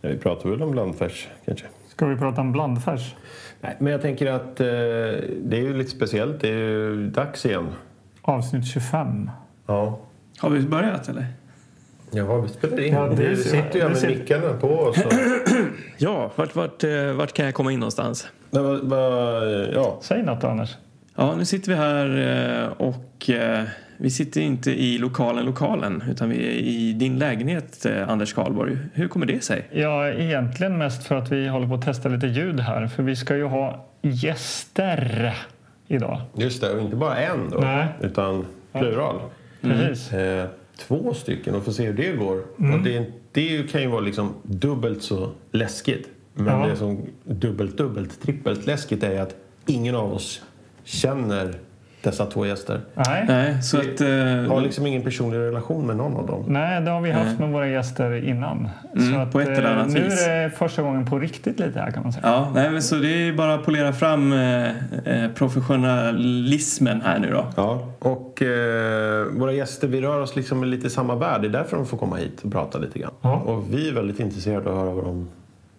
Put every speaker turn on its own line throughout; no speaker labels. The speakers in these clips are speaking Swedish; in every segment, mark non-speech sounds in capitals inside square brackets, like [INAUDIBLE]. Ja, vi pratar väl om blandfärs kanske?
Ska vi prata om blandfärs?
Nej, men jag tänker att eh, det är ju lite speciellt. Det är ju dags igen.
Avsnitt 25.
Ja.
Har vi börjat eller?
Jaha, vi spelar in.
Ja, det
nu
ser-
sitter
det
jag med
ser-
mickarna på. Och så.
Ja, vart, vart, eh, vart kan jag komma in någonstans?
[CLEARS THROAT] Men vad- vad- ja.
Säg något Anders.
Ja, nu sitter vi här eh, och eh, vi sitter inte i lokalen lokalen utan vi är i din lägenhet eh, Anders Karlborg. Hur kommer det sig?
Ja, egentligen mest för att vi håller på att testa lite ljud här. För vi ska ju ha gäster idag.
Just det, och inte bara en då.
Nej.
Utan plural.
Mm.
Precis.
Eh, två stycken och får se hur det går.
Mm.
Och det, det kan ju vara liksom dubbelt så läskigt. Men
Ja.
det som dubbelt, dubbelt, trippelt läskigt är att ingen av oss känner dessa två gäster.
Nej.
Nej, så att... eh,
Mm.
Har liksom ingen personlig relation med någon av dem.
Nej, det har vi haft med våra gäster innan.
Mm,
så att,
på ett eller
eh,
annat
nu
vis.
är det första gången på riktigt lite här kan man säga.
Ja, nej, men så det är bara att polera fram eh, eh, professionalismen här nu då.
Ja. Och eh, våra gäster, vi rör oss liksom i lite samma värld. Det är därför de får komma hit och prata lite grann.
Ja.
Och vi är väldigt intresserade av att höra vad de,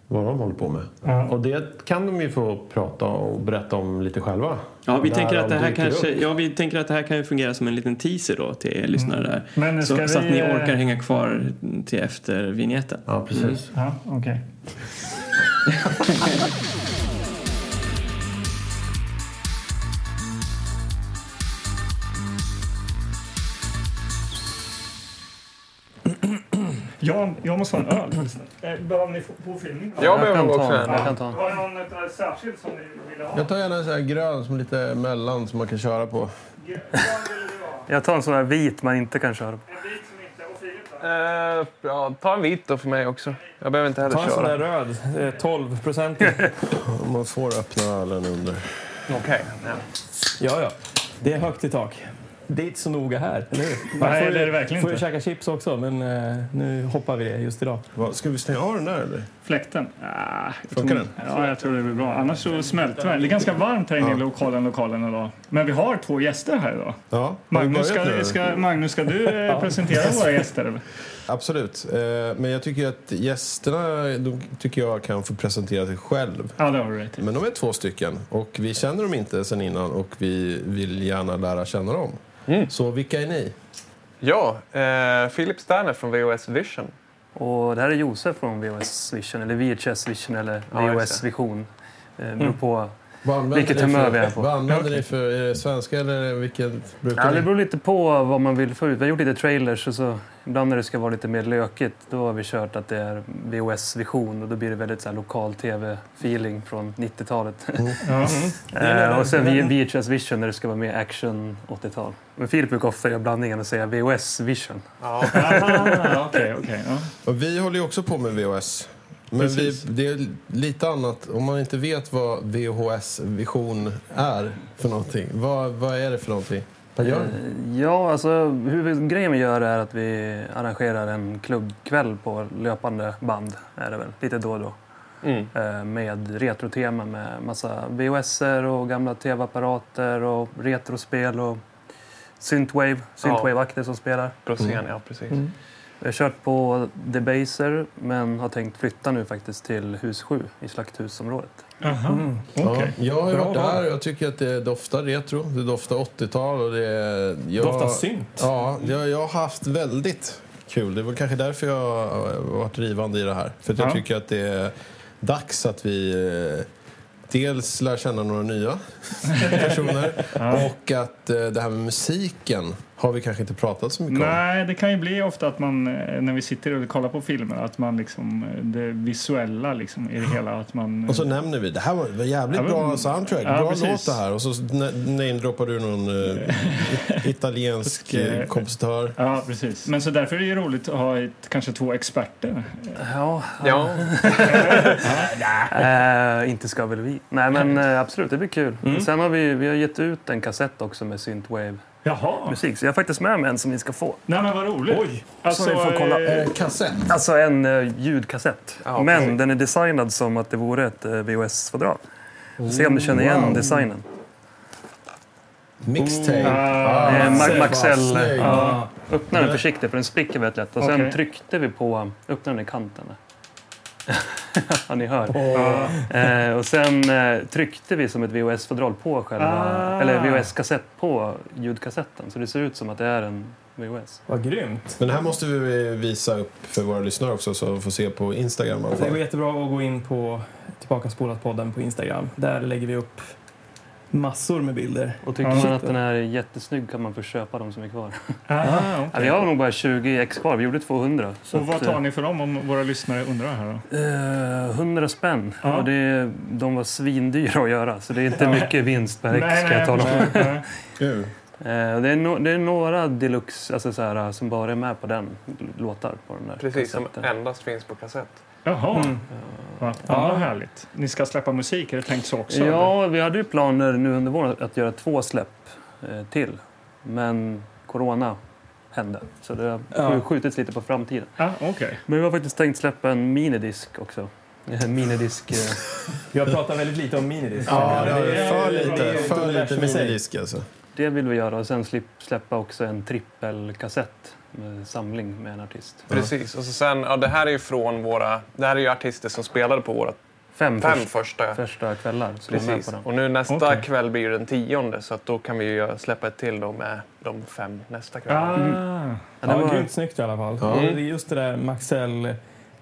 vad de håller på med.
Ja.
Och det kan de ju få prata och berätta om lite själva.
Ja, vi
När
tänker,
de
att det här
dyker upp.
kanske, ja, vi tänker att det här kan ju fungera som en liten teaser då till er lyssnare där.
Men
så,
ska
så att
vi,
ni
eh,
orkar hänga kvar till efter vignetten.
Ja, precis.
Mm.
Ja, okej. Jag, jag måste ha en öl. Eh, Behöver ni få på filmning?
Jag behöver också
Ja.
en.
Var det någon eh, särskild som ni ville ha?
Jag tar gärna en sån här grön som är lite mellan som man kan köra på.
Grön vill du ha.
Jag tar en sån här vit man inte kan köra.
En bit som inte... Och Filip då?
Uh, ja, ta en vit då för mig också. Jag behöver inte heller
Ta en sån där
köra.
röd. Det är 12 procent. ja,
Om man får öppna ölen under.
Okej.
ja. Det är högt i tak. Det är inte så noga här, eller hur? Man
Nej,
får ju-
det är det verkligen
får ju
inte.
käka chips också, men eh, nu hoppar vi det just idag.
Vad, Ska vi stänga av den där eller?
Fläkten? Ah,
Funkar den?
Ja, jag tror det blir bra. Annars så smälter den. Det är ganska varmt här inne i lokalen, lokalen idag. Men vi har två gäster här idag.
Ja.
Magnus, ska, ska, Magnus, ska du eh, presentera våra gäster? eller?
Absolut. Eh, Men jag tycker att gästerna de tycker jag kan få presentera sig själv.
Ja, det har du
[LAUGHS]
rätt i.
Men de är två stycken och vi känner dem inte sen innan och vi vill gärna lära känna dem.
Mm.
Så vilka är ni?
Ja, eh, Philip Sterner från VOS Vision.
Och det här är Josef från VHS Vision, eller VHS Vision eller
Ja, just det.
VHS
Mm.
Vision. Eh, beror på.
Vad använder
Vilket
ni för-
humör vi är på.
Vad använder ni för? Är det svenska eller vilket brukar
Ja,
ni?
det beror lite på vad man vill få ut. Vi har gjort lite trailers och så ibland när det ska vara lite mer lökigt då har vi kört att det är VHS Vision och då blir det väldigt så här, lokal tv-feeling från [LAUGHS] 90-talet.
Mm.
Ja.
Eh, och sen vi- VHS Vision när det ska vara mer action 80-tal. Men Filip brukar ofta göra blandningen och säga VHS Vision.
Ja.
Ah, Okej, okej. ja.
Och vi håller ju också på med VHS. Men vi, det är lite annat. Om man inte vet vad VHS-vision är för någonting. Vad, vad är det för någonting? Vad gör ni?
Eh, Ja, alltså huvudgrejen vi gör är att vi arrangerar en klubbkväll på löpande band, är det väl, lite då och då.
Mm.
Eh, Med retrotema med massa vhs och gamla tv-apparater och retrospel och Synthwave, Synthwave-akter som spelar.
Brosén, ja precis.
Vi har kört på Debaser men har tänkt flytta nu faktiskt till hus 7 i Slakthusområdet.
Mm.
Mm.
Aha,
Ja,
okej.
jag har ju
Bra
varit
val.
där och jag tycker att det doftar retro. Det doftar 80-tal och det... är- Jag,
Doftar synt.
Ja, jag, jag har haft väldigt kul. Det var kanske därför jag har varit drivande i det här. För att jag
Ja.
tycker att det är dags att vi eh, dels lär känna några nya [LAUGHS] personer och att eh, det här med musiken har vi kanske inte pratat så mycket om.
Nej, det kan ju bli ofta att man eh, när vi sitter och kollar på filmer att man liksom eh, det visuella liksom i det hela att man...
Och så nämner vi, det här var, var jävligt
Ja, men-
bra soundtrack,
Ja,
bra
precis.
låt det här. Och så na- namedroppar du någon eh, i- italiensk eh, kompositör.
Ja, precis. Men så därför är det ju roligt att ha ett, kanske två experter.
Ja,
Ja,
Eh, inte ska väl vi? Nej, men eh, absolut, det blir kul. Sen har vi, vi har gett ut en kassett också med Synthwave-musik,
Jaha!
så jag har faktiskt med mig en som ni ska få.
Nej, men vad roligt! Oj! Alltså,
Så vi får kolla.
eh,
Kassett.
Alltså en eh, ljudkassett,
Ja,
men
precis.
den är designad som att det vore ett eh, VHS-fodral. Se om du känner igen
wow.
designen.
Mixtape.
Ah,
Eh, Mac-
Vad
Maxell.
snygg.
Ja. Öppna den försiktigt, för den spricker väldigt lätt. Och sen
Okej.
tryckte vi på... Öppna den i kanten. [LAUGHS] ja, ni hör. Eh, och sen eh, tryckte vi som ett VHS-fodral på själva,
Ah.
eller VHS-kassett på ljudkassetten. Så det ser ut som att det är en VHS.
Vad grymt.
Men det här måste vi eh, visa upp för våra lyssnare också så de får se på Instagram. i alla
Det går
fall.
jättebra att gå in på Tillbaka spolat-podden på Instagram. Där lägger vi upp massor med bilder.
Och tycker
Ja.
man att den här är jättesnygg kan man få köpa de som är kvar.
Ah,
Ja, vi har nog bara 20 ex kvar, vi eh, gjorde 200. Så
Och vad
att,
tar ni för dem om våra lyssnare undrar här då?
eh, 100 spänn.
Ja.
Och det, de var svindyra att göra så det är inte mycket vinst per ex kan jag tala om.
förstår. Nej.
Kul.
Eh, och det, är no, det är några deluxe alltså så här, som bara är med på den, låtar på den där
Precis, som
kassetten.
endast finns på kassett.
Jaha,
Mm.
Va? ja. vad härligt. Ni ska släppa musik, är det tänkt så också?
Ja, vi hade ju planer nu under våren att göra två släpp eh, till. Men corona hände, så det har
Ja.
skjutits lite på framtiden.
Ah, Okej.
Men vi har faktiskt tänkt släppa en
[LAUGHS]
minidisk också. En minidisk... eh,
Vi har pratat väldigt lite om minidisk.
Ja, det
det
är
är-
för
det är
lite,
ju
för
universum
lite
i sig.
minidisk alltså.
Det vill vi göra och sen slipp, släppa också en trippelkassett med samling med en artist.
Precis. Och så sen, ja, det här är ju från våra... Det här är ju artister som spelade på våra
Fem,
fem
först,
första.
Mm. första kvällar som är med
Precis.
på den.
Och nu nästa
Okej.
kväll blir ju den tionde så att då kan vi ju göra- släppa ett till då med de fem nästa kväll.
Ah.
Ja, det
Ja,
var,
Grymt snyggt i alla fall.
Ja.
Och Det är just det där Maxell.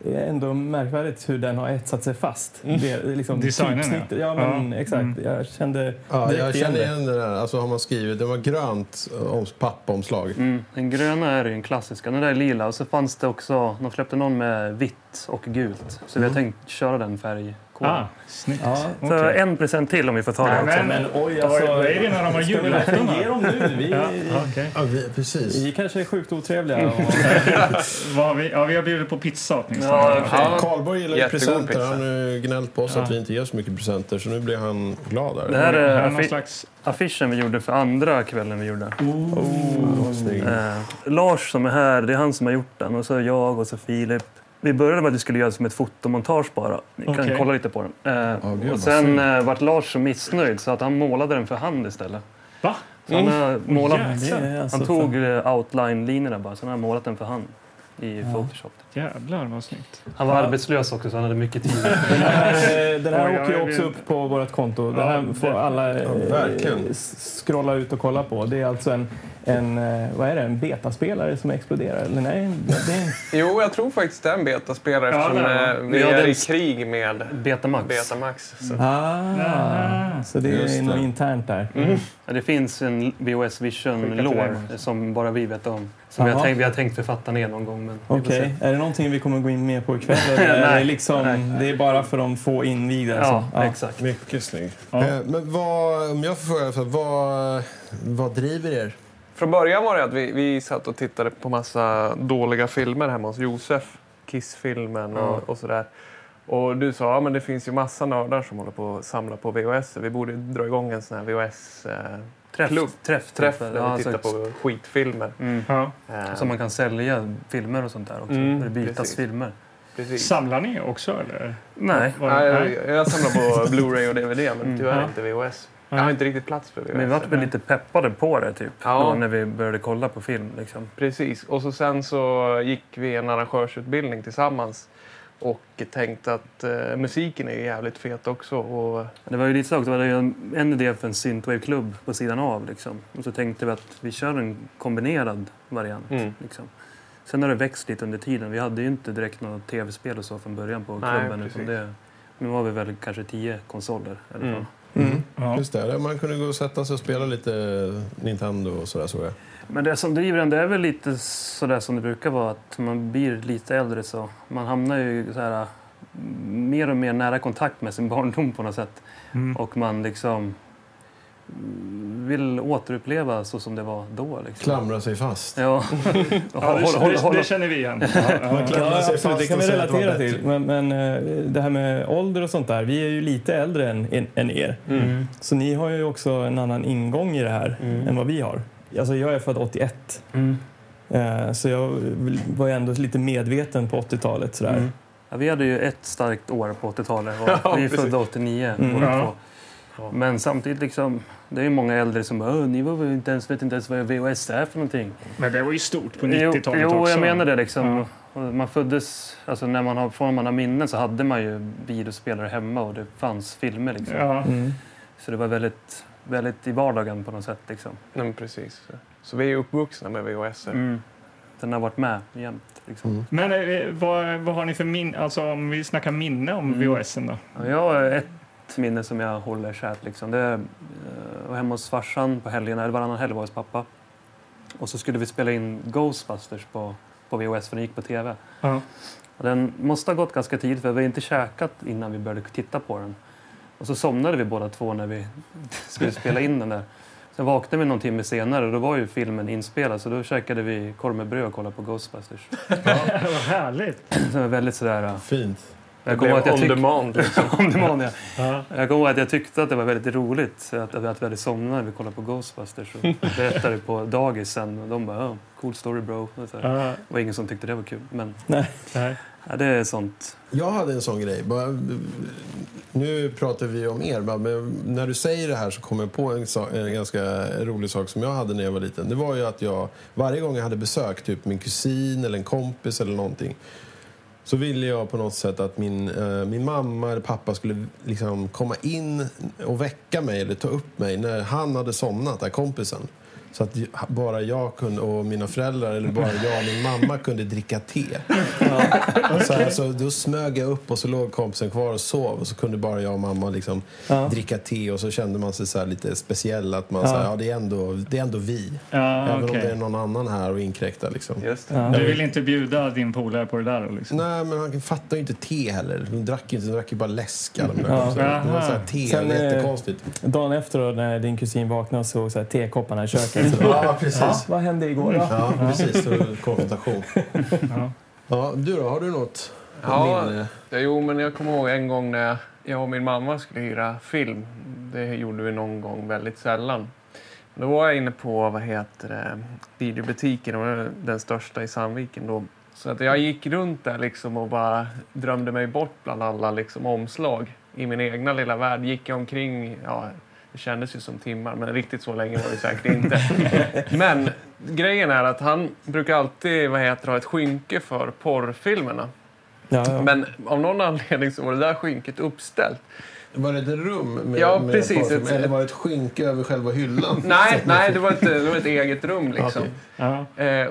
Det är ändå märkvärdigt hur den har etsat sig fast.
Mm.
Det är liksom
Designen, ja.
typsnittet. ja. men
Ja.
exakt.
Mm.
Jag kände
Ja,
direkt
jag känner igen det där. Alltså har man skrivit, det var grönt eh, oms- pappomslag.
mm, den gröna är ju den klassiska, den där är lila och så fanns det också, de släppte någon med vitt och gult. Så vi har tänkt köra den färgkoden.
Mm. Ah, snyggt.
Ja.
Så
Okej.
en present till om vi får ta det
Nej,
också.
men-
Men oj,
Vad
alltså.
är det när de har
Ska vi verkligen
julafton?
ge
då?
dem nu? Vi,
Ja, Mm. okej.
Ja, vi, precis.
vi kanske är sjukt otrevliga. Och,
Vad har vi? Ja, vi har bjudit på pizza åtminstone.
Ja,
Ja.
Karlborg gillar ju
Jättegod
presenter.
pizza.
Han har ju gnällt på oss att vi inte gör så mycket presenter så nu blir han glad
Det
där.
här
Det
är
här är någon
affi-
slags...
affischen vi gjorde för andra kvällen vi gjorde.
Vad snygg.
Eh, Lars som är här, det är han som har gjort den. Och så jag och så Filip. Vi började med att vi skulle göra som ett fotomontage bara. Ni kan
Okej.
kolla lite på den. Eh,
Ja, gud,
och
vad
sen
synd.
eh, vart Lars så missnöjd så att han målade den för hand istället.
Va?
Så han har målat,
det är alltså
han tog eh, outline-linjerna bara, sen har han målat den för hand i Photoshop.
Jävlar vad snyggt.
Han var arbetslös också så han hade mycket tid.
Den här, eh, den
Oj,
här
ja,
åker ju
jag
också
vill-
upp på vårt konto. Den
Ja,
här får
det-
alla
Ja,
eh,
verkligen.
s- scrolla ut och kolla på. Det är alltså en, en eh, vad är det, en betaspelare som exploderar. Eller nej, det är en
Jo, jag tror faktiskt det är en betaspelare
Ja,
eftersom
det är
eh,
det.
vi
Ja,
är
den-
i krig med
Betamax.
Betamax. Så.
Mm. Ah, så det
Just
är
det.
något internt där.
Mm.
Mm.
Ja, Det finns en VHS Vision
Skicka till dig,
lore
Magnus.
som bara vi vet om. Som vi har,
Jaha.
tänkt, vi har tänkt författa ner någon gång. Men vi får
Okej,
se.
är det någonting vi kommer gå in mer på
[LAUGHS]
ikväll? Eller är det,
Nej,
liksom,
nej.
det är bara för de få invigda?
Ja,
alltså? Ja.
exakt.
Mycket snygg.
Ja.
Eh, Men vad, om jag får fråga, så vad, vad driver er?
Från början var det att vi, vi satt och tittade på massa dåliga filmer hemma hos Josef. Kissfilmen och,
Ja.
och sådär. Och du sa att ja, men det finns ju massa nördar som håller på att samla på VHS. Vi borde dra igång en sån här VHS-träff
Träff,
Klubb.
träff,
eh, där vi
Ja,
tittar
alltså,
på skitfilmer.
Mm.
Ja.
Eh,
Så man kan sälja filmer och sånt där också.
Mm,
där det bytas
precis.
filmer.
precis.
Samlar ni också eller?
Nej,
Var
Nej,
det-
jag, jag
[LAUGHS]
samlar på Blu-ray och DVD men
Mm.
tyvärr
Ja.
inte VHS. Jag har inte riktigt plats för VHS.
men vi vart väl lite peppade på det typ.
Ja.
Då, när vi började kolla på film. Liksom.
Precis. Och så sen så gick vi en arrangörsutbildning tillsammans och tänkte att eh, musiken är ju jävligt fet också. Och,
Det var ju lite så också, det var ju en, en idé för en synthwave-klubb på sidan av. Liksom. Och så tänkte vi att vi kör en kombinerad variant. Liksom. Sen har det växt lite under tiden. Vi hade ju inte direkt något tv-spel och så från början på
Nej,
klubben.
precis.
Utan det, nu har vi väl kanske tio konsoler. i alla fall.
Mm.
Mm.
Ja.
Just det, man kunde gå och sätta sig och spela lite Nintendo och sådär såg jag.
Men det som driver en, det är väl lite sådär som det brukar vara. Att man blir lite äldre så man hamnar ju så här, mm, mer och mer nära kontakt med sin barndom på något sätt.
Mm.
Och man liksom mm, vill återuppleva så som det var då. Liksom.
Klamra sig fast.
Ja,
Ja,
håll,
det,
håll,
det,
håll,
det känner vi igen. Ja, ja.
klämmer
Ja,
sig
absolut,
fast
det kan
och
vi
säger att det var
relatera
bättre.
till. Men, men eh, det här med ålder och sånt där. Vi är ju lite äldre än, än- än er.
Mm.
Så ni har ju också en annan ingång i det här
Mm.
än vad vi har. Alltså jag är född 81.
Mm.
eh, Så jag var ju ändå lite medveten på 80-talet. Sådär.
Mm. Ja, vi hade ju ett starkt år på 80-talet. och vi är födda 89
Mm.
båda
Ja.
två. Men samtidigt, liksom, det är ju många äldre som bara "Åh, ni var väl inte ens, vet inte ens vad VHS är för någonting.
Men det var ju stort på
Jo,
90-talet
jo
också.
jag menar det. Liksom.
Ja.
Och Man föddes, alltså när man har, från man har minnen så hade man ju videospelare hemma och det fanns filmer liksom.
Ja.
Mm.
Så det var väldigt, väldigt i vardagen på något sätt liksom.
Nej, men precis. Så vi är uppvuxna med VHS.
Mm. Den har varit med jämt liksom.
Mm.
Men eh, vad, vad har ni för minne, alltså om vi snackar minne om
Mm.
VHSen då?
Ja, Jag har ett minne som jag håller kärt. Liksom. Det eh, var hemma hos farsan på helgerna, eller varannan helg var jag hos pappa. Och så skulle vi spela in Ghostbusters på, på VHS för den gick på tv.
Ja.
Och den måste ha gått ganska tidigt för vi hade inte käkat innan vi började titta på den. Och så somnade vi båda två när vi [LAUGHS] skulle spela in den där. Sen vaknade vi någon timme senare och då var ju filmen inspelad så då käkade vi korv med bröd och kollade
[LAUGHS]
på Ghostbusters.
vad härligt!
Så det var väldigt sådär... eh,
Fint.
Det
Jag kommer ihåg att jag
on
tyck-
demand. Liksom.
on demand, ja.
Ja.
Jag kommer ihåg att jag tyckte att det var väldigt roligt att, att vi hade somnat när vi kollade på Ghostbusters och berättade på dagis sen och de bara "Ja, “cool story bro” och så här.
Ja,
Det var ingen som tyckte det var kul. Men
nej.
ja, det är sånt.
Jag hade en sån grej. Bara, nu pratar vi om er, va, men när du säger det här så kommer jag på en, sa- en ganska rolig sak som jag hade när jag var liten. Det var ju att jag varje gång jag hade besök, typ min kusin eller en kompis eller någonting, så ville jag på något sätt att min, eh, min mamma eller pappa skulle liksom komma in och väcka mig eller ta upp mig när han hade somnat, där kompisen. Så att j- bara jag kunde, och mina föräldrar eller bara jag och min mamma kunde dricka te. Så, här, så då smög jag upp och så låg kompisen kvar och sov och så kunde bara jag och mamma liksom
[LAUGHS]
Ja.
dricka te och så kände man sig så här lite speciell att man
Ja.
så här, ja det är ändå, det är ändå vi.
Ja,
Även om det är
okej.
någon annan här och inkräktar liksom.
Just det.
Ja.
Du vill inte bjuda din polare på det där? då, Liksom.
Nej, men han fattar ju inte te heller. De drack ju inte, de drack ju bara läsk alla mina
Ja.
kompisar. Det var
Aha.
så här te,
Sen,
det var
eh,
jättekonstigt.
Dagen efter då, när din kusin vaknade och såg så här, tekopparna i köket. Så,
[LAUGHS] Ja,
ja,
precis. Mm.
vad hände igår då?
Ja, precis. Så det var konfrontation.
Ja.
Ja, du då, har du något
Ja.
minne?
Ja, Jo, men jag kommer ihåg en gång när jag och min mamma skulle hyra film. Det gjorde vi någon gång väldigt sällan. Då var jag inne på vad heter det, videobutiken, och det var den största i Sandviken. Då. Så att jag gick runt där liksom och bara drömde mig bort bland alla liksom omslag. I min egna lilla värld gick jag omkring, ja, det kändes ju som timmar, men riktigt så länge var det säkert inte. Men grejen är att han brukar alltid vad heter, det, ha ett skynke för porrfilmerna.
Ja, ja.
Men av någon anledning så var det där skynket uppställt.
Var det ett rum med,
Ja,
med
precis.
parfym?
Ett-
Eller var det ett skynke över själva hyllan?
Nej, nej det, var ett, det var ett eget rum liksom.
Ja.
Eh,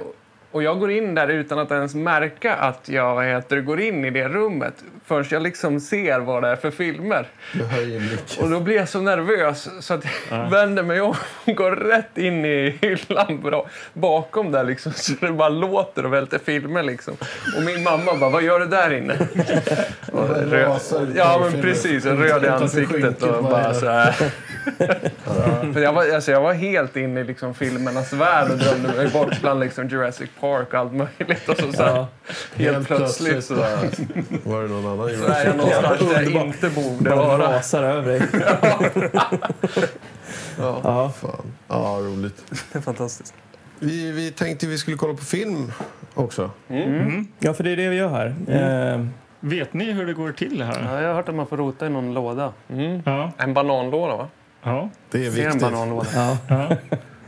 och jag går in där utan att ens märka att jag vad heter, det, går in i det rummet förrän jag liksom ser vad det är för filmer.
Du höjer blicken.
Och då blir jag så nervös så att jag [LAUGHS] vänder mig om och går rätt in i hyllan bra, bakom där liksom. Så det bara låter och välter filmer liksom. Och min mamma bara, vad gör du där inne? Och
Det
rö-
rasar ut
ja men
porrfilmer.
precis, en röd i
Utanför
ansiktet
skynket
och
bara.
bara så här. [LAUGHS] För jag, var, alltså jag var helt inne i liksom filmernas värld och drömde mig bort bland liksom Jurassic Park och allt möjligt. Och så, så här, helt plötsligt så
så [LAUGHS] var det någon annan
så är jag
Jurassic Park.
någonstans där jag
underbart.
inte borde
Bara
vara.
rasar
[LAUGHS]
över dig. ja.
Fan. Ja, roligt.
Det är fantastiskt.
Vi, vi tänkte vi skulle kolla på film också.
ja, för det är det vi gör här. Eh,
Mm. Vet ni hur det går till här?
Ja, jag har hört att man får rota i någon låda.
[LAUGHS] Mm.
Ja.
En bananlåda va?
ja.
Det är
Det är en
viktigt.
bananlåda.
ja.
ja.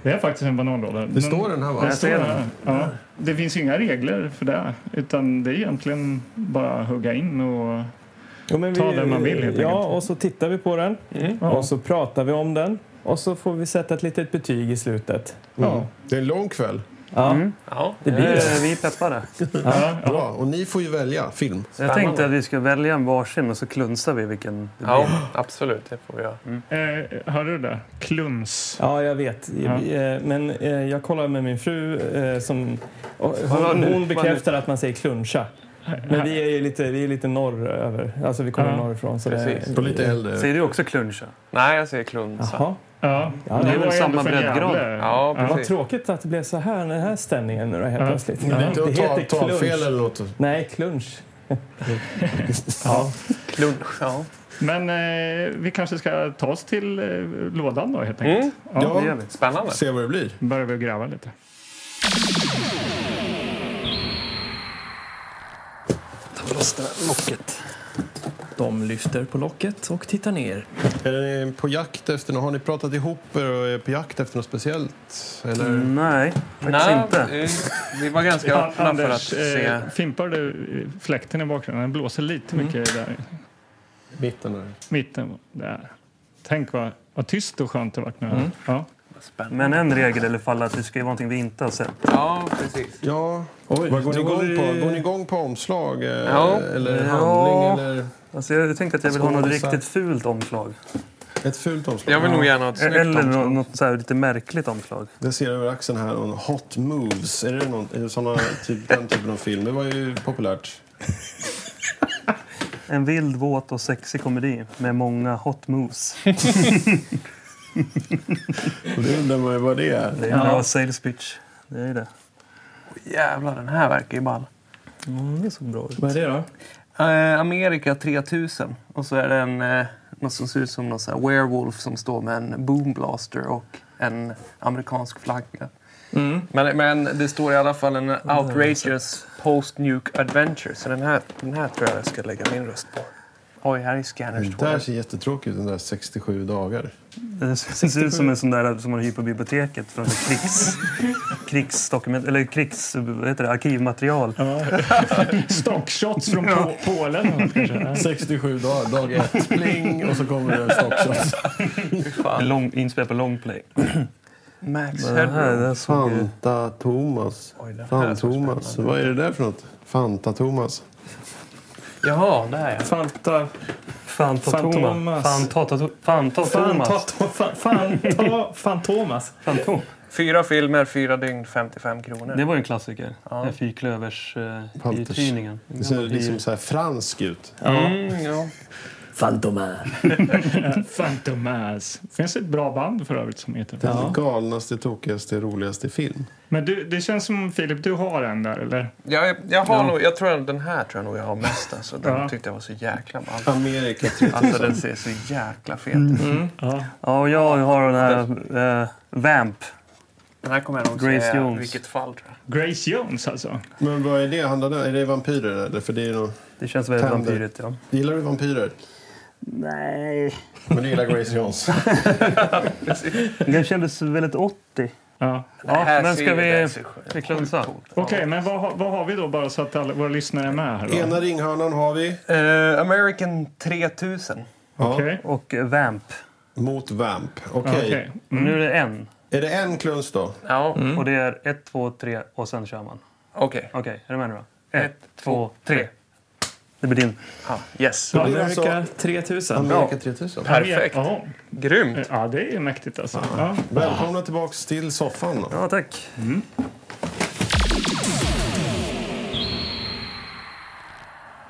Det är faktiskt en bananlåda.
Det står den här va?
Det,
Jag
står
ser
där. Ja. det finns ju inga regler för det. Utan det är egentligen bara att hugga in och...
Jo, men
Ta den man vill, helt
Ja,
enkelt.
och så tittar vi på den. Och så pratar vi om den. Och så får vi sätta ett litet betyg i slutet.
Mm. Det är en lång kväll.
Ja,
Mm.
Ja.
det blir
Eh,
det.
Mm. Vi är peppade.
Ja. Ja.
Bra. Och ni får ju välja film.
Så jag tänkte att vi skulle välja en varsin och så klunsar vi vilken det blir.
Ja, absolut. Det får vi göra.
Eh, hörde du det? Klums.
Ja, jag vet. Eh, Men eh, jag kollade med min fru eh, som... och
var
Hon,
nu?
hon bekräftar att man säger kluncha. Men vi är ju lite, vi är lite norröver. Alltså vi kommer
Ja,
norrifrån. Så
precis.
det,
Och lite äldre.
Säger du också kluncha?
Nej, jag säger klunsa.
Jaha.
Ja.
Ja,
men
det är
väl
var ju
samma
ändå från
breddgrad.
Gävle.
Ja,
Vad
precis.
tråkigt att det blev så här, den här stämningen nu då, helt
Ja.
plötsligt.
Det är inte att ta, talfel eller något.
Nej, klunch. ja.
Klunch, ja.
Men eh, vi kanske ska ta oss till eh, lådan då helt enkelt. Ja.
Det gör
Ja,
vi.
Mm. Spännande.
se vad det blir.
Mm.
börjar vi gräva lite.
Ta loss det där locket.
De lyfter på locket och tittar ner.
Är ni på jakt efter något? Har ni pratat ihop er och är på jakt efter något speciellt? Eller?
Mm.
Nej, faktiskt
Nej,
inte.
eh, vi var ganska
Ja,
öppna för att
Anders,
se.
eh, fimpar du eh, fläkten i bakgrunden? Den blåser lite mycket där i
Mitten där.
mitten. Där. Tänk vad, vad tyst och skönt det varit nu. Ja.
Spännande.
Men en regel i alla fall att det ska ju vara någonting vi inte har sett.
Ja, precis.
Ja,
Oj,
vad går ni
nu
igång
det-
på? Går ni igång på omslag eh,
Ja.
eller
Ja.
handling? Eller
Alltså jag tänkte att jag vill ha något riktigt fult omslag.
ett fult omslag?
Jag vill nog gärna ha ett snyggt
Eller nå-
omslag.
något så här lite märkligt omslag.
Jag ser över axeln här någon Hot Moves. Är det, någon, är det såna, typ, den typen av film? Det var ju populärt.
En vild, våt och sexig komedi med många hot moves.
Och det undrar man ju vad det är.
Det är en bra sales pitch. Det är det.
Jävlar, den här verkar ju ball.
Mm, det såg bra ut.
Vad är det då?
Eh, Amerika 3000. Och så är det en, eh, något som ser ut som någon så här werewolf som står med en boomblaster och en amerikansk flagga.
Mm.
Men, men det står i alla fall en outrageous post-nuke adventure. Så den här, den här tror jag jag ska lägga min röst på. Oj, här är Scanners
Den
2.
Mm, där ser jättetråkig ut, den där 67 dagar.
Det Eh, ser ut som en sån där som man hyr på biblioteket från ett krigs, krigsdokument, eller krigs, vad heter det, arkivmaterial.
[LAUGHS] Stockshots från ja. Polen. kanske.
67 dagar, dag ett, [LAUGHS] pling, och så kommer det en stockshot.
Lång, inspelat på longplay.
Max
Det här, det
Headroom.
här såg ju...
Fanta Thomas.
Oj, det här
Fan
var
Thomas. Vad är det där för något? Fanta Thomas.
Jaha, där ja.
Fanta...
Fantatoma.
Fantomas.
Fantatoma. Fantatoma.
Fanta...
[LAUGHS]
Fanta... Fantomas.
Fyra filmer, fyra dygn, 55 kronor.
Det var ju en klassiker. Ja. Fyrklövers eh,
Palters.
hyrtidningen.
Det ser liksom så här fransk ut.
Mm, ja.
Fantoma.
Phantom Mass. Eh, finns ett bra band för övrigt som heter
Den galnaste, tokigaste, roligaste film.
Men du, det känns som Filip, du har en där eller?
Jag, jag, har nog, jag tror den här tror jag nog jag har mest. Alltså. Den
Ja.
tyckte jag var så jäkla ball.
Amerika typ. 3000.
Alltså den ser så jäkla fet ut.
Mm. Ja, och jag har den här eh, Vamp.
Den här kommer jag nog
Grace
säga
Jones.
vilket fall tror jag.
Grace Jones alltså.
Men vad är det? Handlar det är det vampyrer eller? För det är nog...
Det känns väldigt
Tänder.
vampyrigt. Ja.
Gillar du vampyrer?
Nej.
Men du gillar Grace Jones.
Den kändes väldigt 80.
Ja.
Det
Ja,
här
men
ser
ska
ju- det här
vi...
ser sjukt
Vi klunsar.
Okej, men vad, har- vad har vi då bara så att alla våra lyssnare är med här då?
Ena ringhörnan har vi.
Eh, American 3000.
Ja.
Okej.
Och eh, Vamp.
Mot Vamp. Okej.
Okej.
Nu är det en.
Är det en kluns då?
Ja,
Och det är ett, två, tre och sen kör man.
Mm. okej.
Okej, är du med nu då? Ett, två, tre. Det blir din.
Ja, Ah, yes.
Det är
Amerika
alltså
3000.
Amerika 3000.
Perfekt.
Ja,
Grymt.
ja, det är mäktigt alltså. Ja.
Välkomna tillbaks till soffan. Då.
Ja, tack.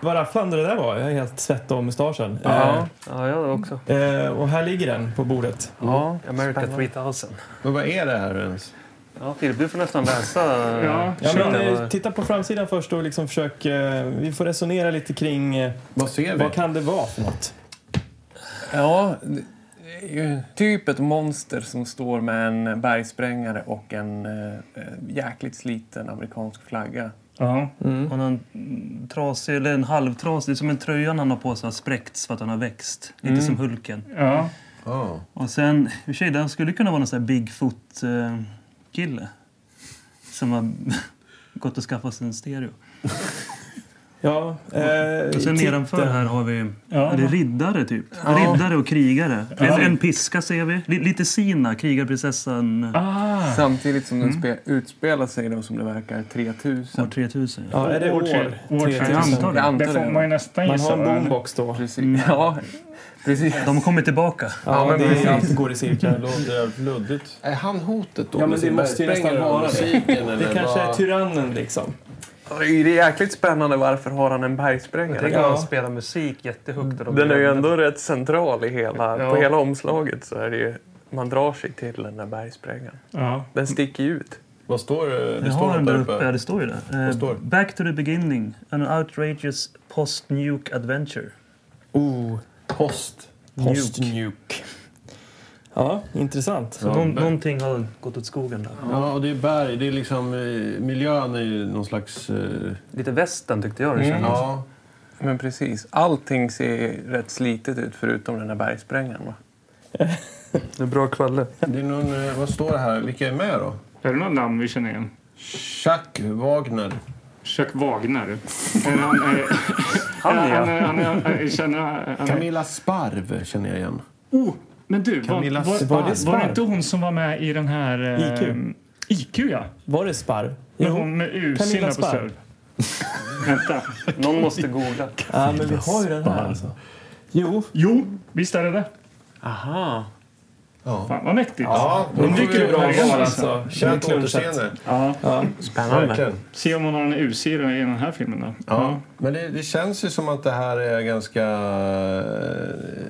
Vad rafflande det där var. Jag är helt svettig om mustaschen.
Ja, ja jag också.
Eh, eh, och här ligger den på bordet.
Ja,
Mm.
America 3000.
Men vad är det här ens?
Ja, Filip, du får nästan läsa.
Ja.
Ja, men,
Shit, det
eh,
var-
titta på framsidan först och liksom försök... Eh, vi får resonera lite kring eh,
Vad ser vi?
vad kan det vara för något.
Ja, det är ju typ ett monster som står med en bergsprängare och en eh, eh, jäkligt sliten amerikansk flagga.
Ja.
Han har en trasig, eller en halvtrasig, det är som en tröja han har på sig har spräckts för att han har växt. Lite som Hulken.
Ja.
Ah.
Och sen, i och för sig, den skulle kunna vara någon sån här Bigfoot-kille. Som har [LAUGHS] gått och skaffat sig en stereo.
Ja, eh,
Och sen
titta.
nedanför här har vi
Ja.
är det riddare typ. Riddare och krigare. En, en piska ser vi. Li- Lite Sina, krigarprinsessan
Ah.
Samtidigt som den spe- utspelar sig då som det verkar 3000.
år 3000. Ja.
Ja, är det
År
år?
tre- år tre.
3000.
Jag antar
Det får man ju Mm. nästan
Man har
gissa.
en
va?
boombox då.
Precis. Ja, precis.
De kommer tillbaka.
Ja,
men
det
precis.
är, allt går
[LAUGHS]
i cirklar.
låter jävligt luddigt. Är han hotet då?
Ja, men
med
det
sin
måste ju nästan
bergsprängare och
vara det.
[LAUGHS] musiken, eller
Det kanske är
vad?
tyrannen liksom.
Oj, Det är jäkligt spännande varför har han en bergsprängare.
Ja.
spelar musik jättehögt. och de
Den är ju
blir-
ändå rätt central i hela,
Ja.
på hela omslaget. Så är det ju, man drar sig till den där bergsprängaren.
Ja.
Den sticker ju ut.
Vad står det?
Jag
Det står
har den
något
där
där
uppe. Ja,
uppe.
det står ju där. Eh,
står det?
Back to the beginning. An outrageous post-nuke adventure.
Oh, post. Post-nuke.
Ja, intressant.
Så någon, någonting har gått åt skogen där.
Ja, och det är berg. Det är liksom, eh, miljön är ju någon slags... eh,
Lite västern tyckte jag det kändes.
Ja.
Mm. Men precis. Allting ser rätt slitet ut förutom den här bergsprängaren. Va?
Det är bra kvalle.
Det är någon, eh, vad står det här? Vilka är med då?
Är det något namn vi känner igen?
Chuck Wagner.
Chuck Wagner. Är han, är, han,
ja.
han, är, han, är, han, är, känner, han är,
Camilla Sparv känner jag igen.
oh, Men du, var,
Camilla
var,
Sparv.
var, var det inte hon som var med i den här...
IQ?
IQ, ja.
Var det sparv?
Med hon med U,
Camilla
Silla på
Sparv.
serv. Vänta.
Någon måste googla.
Ja, men vi har ju den här alltså. Jo,
Jo, visst är det det.
Aha.
Fan, vad mäktigt.
Ja, då
hon
får
dyker
vi
upp
bra
här igen.
val,
Alltså.
alltså.
Känt återseende.
Ja,
Spännande.
se om hon har en U-sida i den här filmen då.
Ja. Men det, det känns ju som att det här är ganska eh,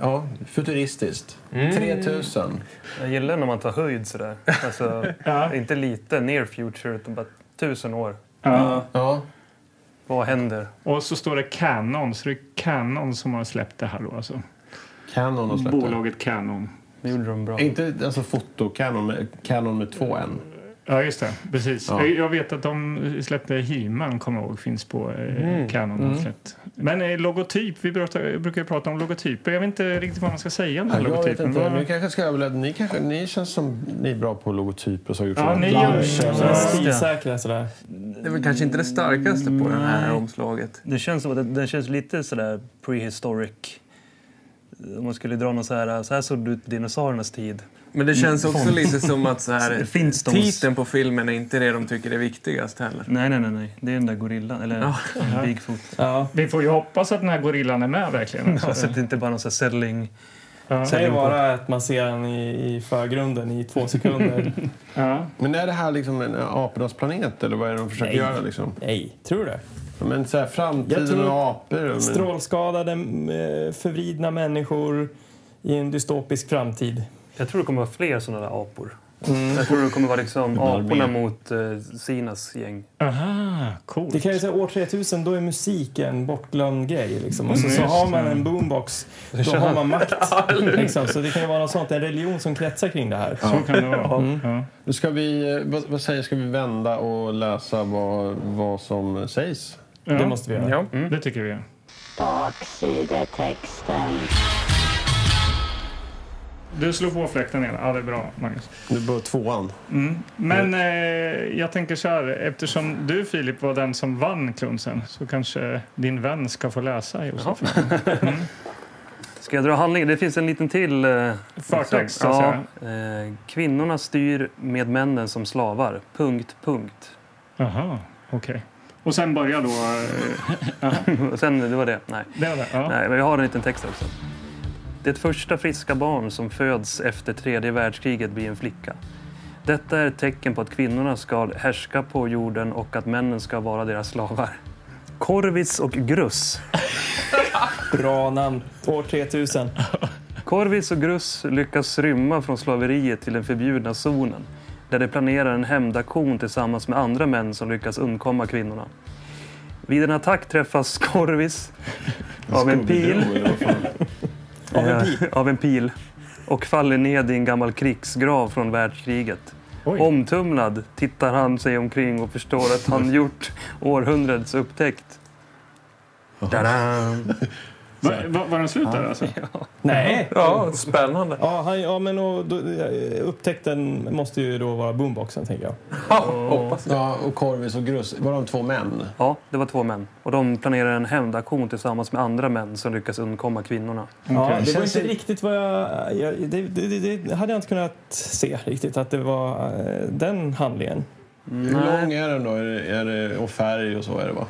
ja, futuristiskt.
Mm.
3000.
Jag gillar när man tar höjd sådär. Alltså,
[LAUGHS] Ja.
Inte lite near future, utan bara tusen år.
Ja.
Ja.
Vad händer?
Och så står det Canon, så det är Canon som har släppt det här då alltså.
Canon har släppt det.
Bolaget Canon.
Det gjorde de bra.
Inte alltså fotocanon, men Canon med två N.
Ja, just det. Precis.
Ja.
Jag- Jag vet att de släppte He-Man, kommer jag ihåg, finns på eh, Canon. har Släppt. Men eh, logotyp, vi brukar, brukar ju prata om logotyper. Jag vet inte riktigt vad man ska säga om
Ja,
den här
jag vet
logotypen. eh,
inte.
Vad-
Ni kanske ska överlämna. Ni, kanske, ni känns som ni är bra på logotyper och så har gjort
Ja,
sådana
ni gör-
branscher.
så här
just det.
stilsäkra sådär.
Det är väl kanske inte det starkaste på det här omslaget.
Det känns som att den- den känns lite sådär prehistoric. Om man skulle dra någon så här, så här såg det ut på dinosauriernas tid.
Men det känns
Mm.
också lite som att
[LAUGHS]
så här,
Det finns de-
titeln på filmen är inte det de tycker är viktigast heller.
Nej, nej, nej, nej. det är den där gorillan, eller
Ja.
[LAUGHS] Bigfoot.
Ja.
Vi får ju hoppas att den här gorillan är med verkligen.
Mm.
Alltså.
Så att det inte bara är någon sån här selling.
Ja.
Säg bara att man ser den i, i förgrunden i två sekunder.
Ja.
Men är det här liksom en apornas planet eller vad är det de försöker
Nej.
göra liksom?
Nej, tror du det?
Men så här, framtiden
Jag tror-
och apor. Men...
Strålskadade, m- eh, förvridna människor i en dystopisk framtid.
Jag tror det kommer vara fler sådana där apor.
Mm.
Jag tror det kommer vara liksom aporna mot eh, Sinas gäng.
Aha, coolt.
Det kan ju säga år 3000, då är musiken en bortglömd grej. Liksom. Och så, så har man en boombox, då har man makt. Liksom. Så det kan ju vara något sånt, en religion som kretsar kring det här.
Så kan det vara. Ja.
Nu Ska vi, eh, vad, vad säger, ska vi vända och läsa vad, vad som sägs?
Ja. Mm.
Det måste vi göra.
Det tycker vi.
Baksidetexten.
Du slår på fläkten igen. Ja, det är bra, Magnus.
Nu börjar tvåan.
Mm. Men eh, jag tänker så här, eftersom du Filip var den som vann klunsen så kanske din vän ska få läsa Josef. Mm.
[LAUGHS]
Ska jag dra handlingen? Det finns en liten till. Eh,
Förtext,
liksom.
alltså.
ja, eh, Kvinnorna styr med männen som slavar. Punkt, punkt.
Jaha, okej. Och sen börjar då... Eh,
Och sen, det var det. Nej.
det var det. Ja.
Nej, men jag har en liten text också. Det första friska barn som föds efter tredje världskriget blir en flicka. Detta är ett tecken på att kvinnorna ska härska på jorden och att männen ska vara deras slavar. Korvits och Gruss.
Bra namn. År 3000.
Korvis och Gruss lyckas rymma från slaveriet till den förbjudna zonen där de planerar en hämndaktion tillsammans med andra män som lyckas undkomma kvinnorna. Vid en attack träffas Korvis av en pil
Av en
Eh,
pil.
[LAUGHS] av en pil och faller ned i en gammal krigsgrav från världskriget. Omtumlad tittar han sig omkring och förstår
[LAUGHS]
att han gjort århundradets upptäckt.
Var, var, var den slut där alltså?
Nej!
Ja, spännande.
Ja, han, ja men och, då, eh, upptäckten måste ju då vara boomboxen, tänker jag.
Ja, hoppas.
Ja, och Corvis och Gruss. Var de två män?
Ja, det var två män. Och de planerar en hämndaktion tillsammans med andra män som lyckas undkomma kvinnorna. [LAUGHS]
Ja, det var
Känns
inte
det-
riktigt vad jag... jag det, det, det, det hade jag inte kunnat se riktigt, att det var eh, den handlingen.
Hur lång är den då? Är det, är det, och färg och så är det va?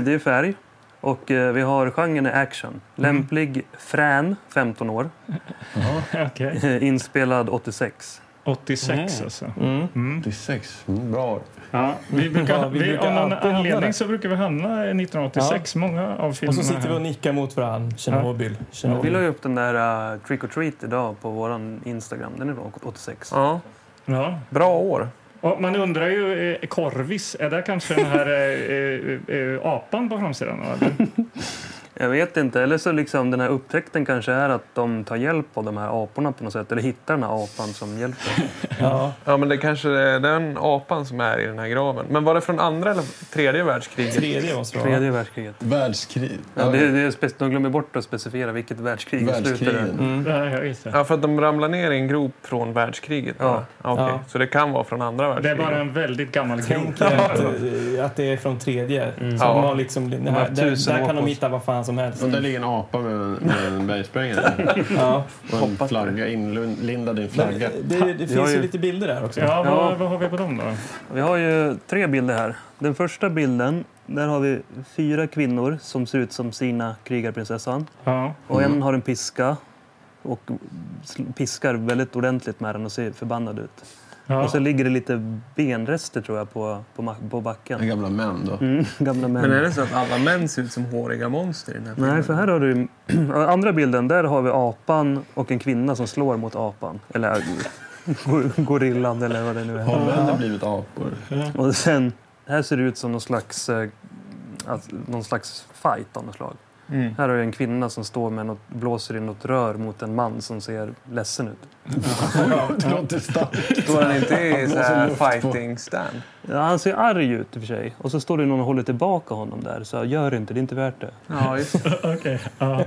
Det är färg. Och eh, vi har genren är
Mm.
action. Lämplig frän, 15 år. [LAUGHS]
[LAUGHS] Okej.
Eh, Inspelad 86.
86 alltså.
Mm.
86. Mm, bra.
Ja, vi brukar,
Ja,
vi
vi brukar
av någon
alltid hamna
anledning
där.
så brukar vi hamna i 1986, många av filmerna.
Och så sitter vi och
här.
nickar mot varandra. Tjernobyl.
Vi la
Tjernobyl.
ju upp den där eh, Trick or Treat idag på vår Instagram. Den är från 86.
Ja,
Ja.
bra år.
Och man undrar ju, eh, Korvis, är det kanske den här eh, eh, eh, apan på framsidan? va?
Jag vet inte. Eller så liksom den här upptäckten kanske är att de tar hjälp av de här aporna på något sätt. Eller hittar den här apan som hjälper.
Ja.
Ja, men det kanske är den apan som är i den här graven. Men var det från andra eller tredje världskriget?
Tredje måste det vara.
Tredje världskriget.
Världskrig.
Ja, det, det är spec- de glömmer bort att specificera vilket världskrig det slutade.
Världskrigen.
Ja, ja, just det.
Ja, för att de ramlar ner i en grop från världskriget.
Ja.
va? Ja, okej.
Ja.
Så det kan vara från andra
Det är
världskriget.
bara en väldigt gammal grop.
Tänk att, eh, att det är från tredje. Så
Ja.
de har liksom, det
har
här,
haft
där,
tusen
där kan de
år på
hitta vad fan som helst.
Och där ligger en apa med en, med en bergsprängare.
[LAUGHS]
Ja.
Och en flagga inlindad i en
Men, eh,
flagga.
det, det
har
finns ju
ju-
lite bilder där också.
Ja,
Ja.
vad, vad har vi på dem då?
Vi har ju tre bilder här. Den första bilden, där har vi fyra kvinnor som ser ut som sina krigarprinsessan.
Ja.
Och en har en piska och sl- piskar väldigt ordentligt med den och ser förbannad ut.
Ja.
Och så ligger det lite benrester tror jag på, på, ma- på backen.
Gamla män då.
Mm, gamla män.
Men är det så att alla män ser ut som håriga monster i den här
Nej,
filmen?
för här har du... [CLEARS THROAT] Andra bilden, där har vi apan och en kvinna som slår mot apan. Eller [LAUGHS] äh, gor- gorillan eller vad det nu är.
Har männen blivit apor?
Och sen, här ser det ut som någon slags, eh, alltså, någon slags fight av något slag.
Mm.
Här har du en kvinna som står med något, blåser i något rör mot en man som ser ledsen ut.
Det låter starkt.
Står han inte
[LAUGHS]
i
Han
så
blåser
här
luft på.
fighting stand?
Ja, han ser arg ut i och för sig. Och så står det någon och håller tillbaka honom där. Så här, gör inte, det är inte värt det.
Ja, just det.
[LAUGHS] Okej. Ja.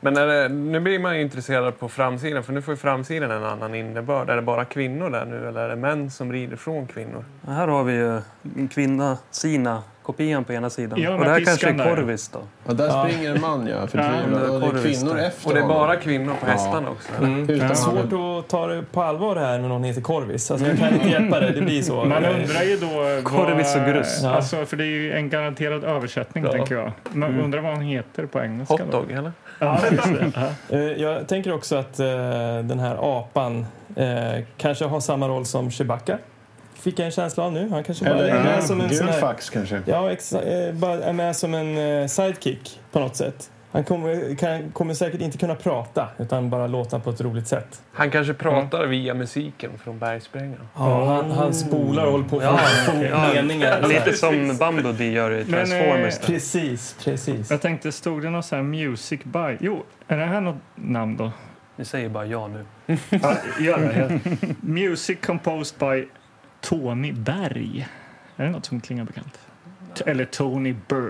Men är det, nu blir man ju intresserad på framsidan, för nu får ju framsidan en annan innebörd. Är det bara kvinnor där nu eller är det män som rider från kvinnor?
Och här har vi ju en kvinna, Sina, kopian på ena sidan.
Ja,
och
med
det här kanske
piskan
är
där.
Korvis då.
Ja, där springer en man ja, förtvivlad.
Ja,
Och det är
korvist
kvinnor
där.
efter
Och det är bara
honom.
kvinnor på
Ja.
hästarna också? Eller?
Mm.
Utan
Svårt
han,
att ta det på allvar det här när någon heter Korvis. Alltså, jag kan inte hjälpa det, det blir så.
Mm. Man undrar ju då...
Korvis och grus.
Ja.
Alltså, för det är ju en garanterad översättning,
Ja.
tänker jag. Man undrar vad han heter på engelska. då.
Hotdog, eller?
Ja, just det. Ja.
Eh, Jag tänker också att eh, den här apan eh, kanske har samma roll som Chewbacca. Fick jag en känsla av nu. Han kanske bara är med som
eller
en sån
gul
här,
fax kanske.
ja, exa- eh, bara är med som en eh, sidekick på något sätt. Han kommer, kan, kommer säkert inte kunna prata utan bara låta på ett roligt sätt.
Han kanske pratar via musiken från bergsprängan.
han, han spolar och håller på
Ja,
för
ja.
meningar. så här.
Lite Alltså, som Bumblebee gör i
Men,
Transformers.
eh,
Precis, precis.
Jag tänkte, stod det någon sån här Music by? Jo, är det här något namn då?
Ni säger bara ja nu.
Ja, gör det. Music composed by Tony Berg. Är det något som klingar bekant? T- Eller Tony Berg.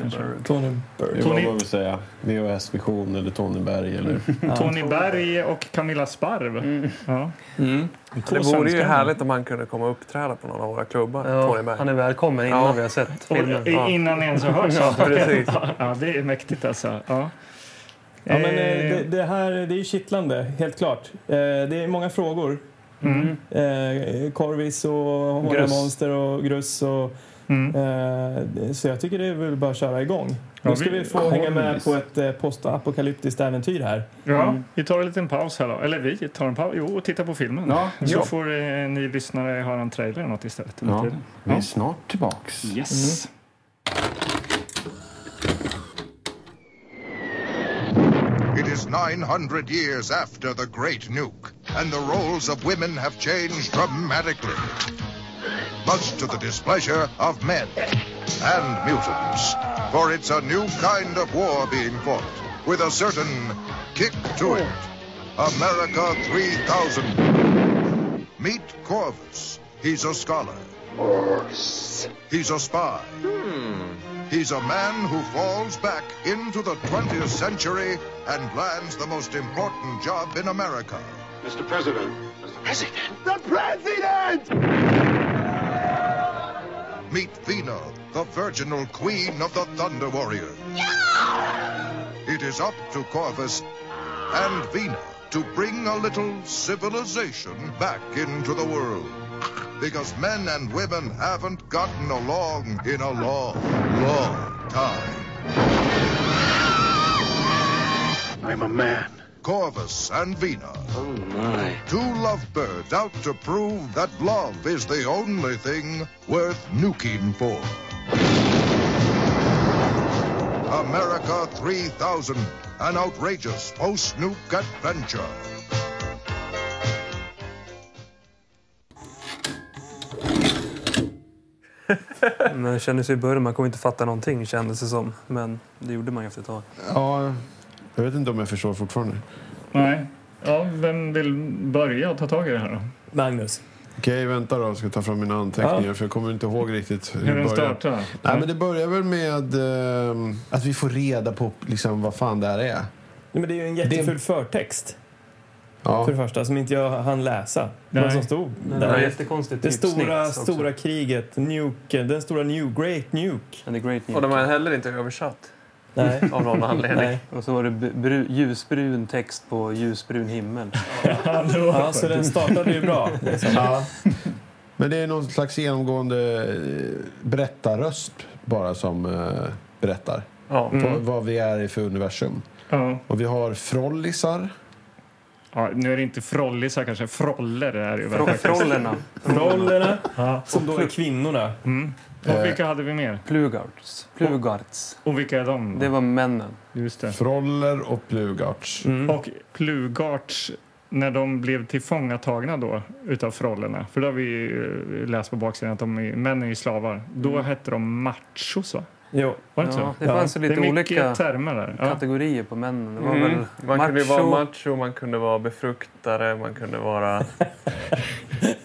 kanske.
Tony Bird.
Det var vad vi säger. VHS Vision eller Tony Berg eller...
Mm.
Tony Berg och Camilla Sparv. Ja. Två
Det vore ju
svenskar.
härligt om han kunde komma och uppträda på någon av våra klubbar. Tony
Ja,
Berg.
han är välkommen innan
Ja.
vi har sett
Och,
filmen.
i- innan ni ens har hört saker.
precis.
Ja, det är mäktigt alltså. Ja.
Ja, men, eh, det, det här det är ju kittlande, helt klart. Eh, det är många frågor.
Mm.
Eh, korvis och
Grus.
monster och grus. Och,
Mm.
eh, så jag tycker det är väl bara att köra igång. Nu
Ja,
ska
vi-
vi få
Corvis.
hänga med på ett eh, postapokalyptiskt äventyr här.
Ja, vi tar en liten paus här då. Eller vi tar en paus. Jo, och tittar på filmen.
Ja,
Så
ja.
får eh, ni lyssnare höra en trailer eller typ. något istället. under
Ja,
tiden.
vi är snart tillbaks.
Mm. Yes.
It is 900 years after the Great Nuke, and the roles of women have changed dramatically, much to the displeasure of men and mutants. For it's a new kind of war being fought, with a certain kick to it. America 3000. Meet Corvus. He's a scholar. He's a spy. He's a man who falls back into the 20th century and lands the most important job in America.
Mr. President. Mr. President?
Meet Vina, the virginal queen of the Thunder Warriors. It is up to Corvus and Vina to bring a little civilization back into the world. Because men and women haven't gotten along in a long, long time.
I'm a man.
Corvus and Vina,
Oh, my.
two lovebirds out to prove that love is the only thing worth nuking for. America 3000, an outrageous post nuke adventure.
Man känner sig i början, man kommer inte fatta någonting kändes det som. Men det gjorde man ju efter ett tag.
Ja, jag vet inte om jag förstår fortfarande.
Nej. Ja, vem vill börja och ta tag i det här då?
Magnus.
Okej, vänta då. Jag ska ta fram mina anteckningar för jag kommer inte ihåg riktigt
Hur
det
den
börjar.
startar?
Nej, men det börjar väl med ehm, att vi får reda på liksom, vad fan det här är.
Nej, men det är ju en jätteful förtext.
Ja.
För det första, som inte jag hann läsa.
Nej.
Vad som stod
Nej,
där.
det var
jättekonstigt
Det
typsnitt
stora,
också.
stora kriget. Nuke, den stora new, Great Nuke.
And the great
Och de är heller inte översatt.
[LAUGHS]
Nej.
Av någon anledning.
Nej.
Och så var det bru- ljusbrun text på ljusbrun himmel.
[LAUGHS]
Ja, det var Ja, så den startade ju bra, liksom.
Ja. Men det är någon slags genomgående eh, berättarröst bara som eh, berättar
Ja.
vad,
Mm.
vad vi är i för universum.
Ja.
Och vi har frollisar.
Ja, nu är det inte frollisar kanske, froller är det ju.
Fro- frollerna.
Frollerna,
ja.
som då är kvinnorna.
Mm.
Eh.
Och vilka hade vi mer?
Plugarts. Plugarts.
Och vilka är de?
Det var männen.
Just det.
Froller och Plugarts.
Mm.
Mm.
Och Plugarts, när de blev tillfångatagna då utav frollerna, för då har vi ju eh, läst på baksidan att de är, män är ju slavar, då hette de machos va?
Jo. [LAUGHS]
Var det inte
Mm. Ja,
så?
det fanns ju
det är
lite
mycket
olika
termer där. Ja.
kategorier på männen. Det var
Mm.
väl
Man kunde ju vara
macho.
macho, man kunde vara befruktare, man kunde vara...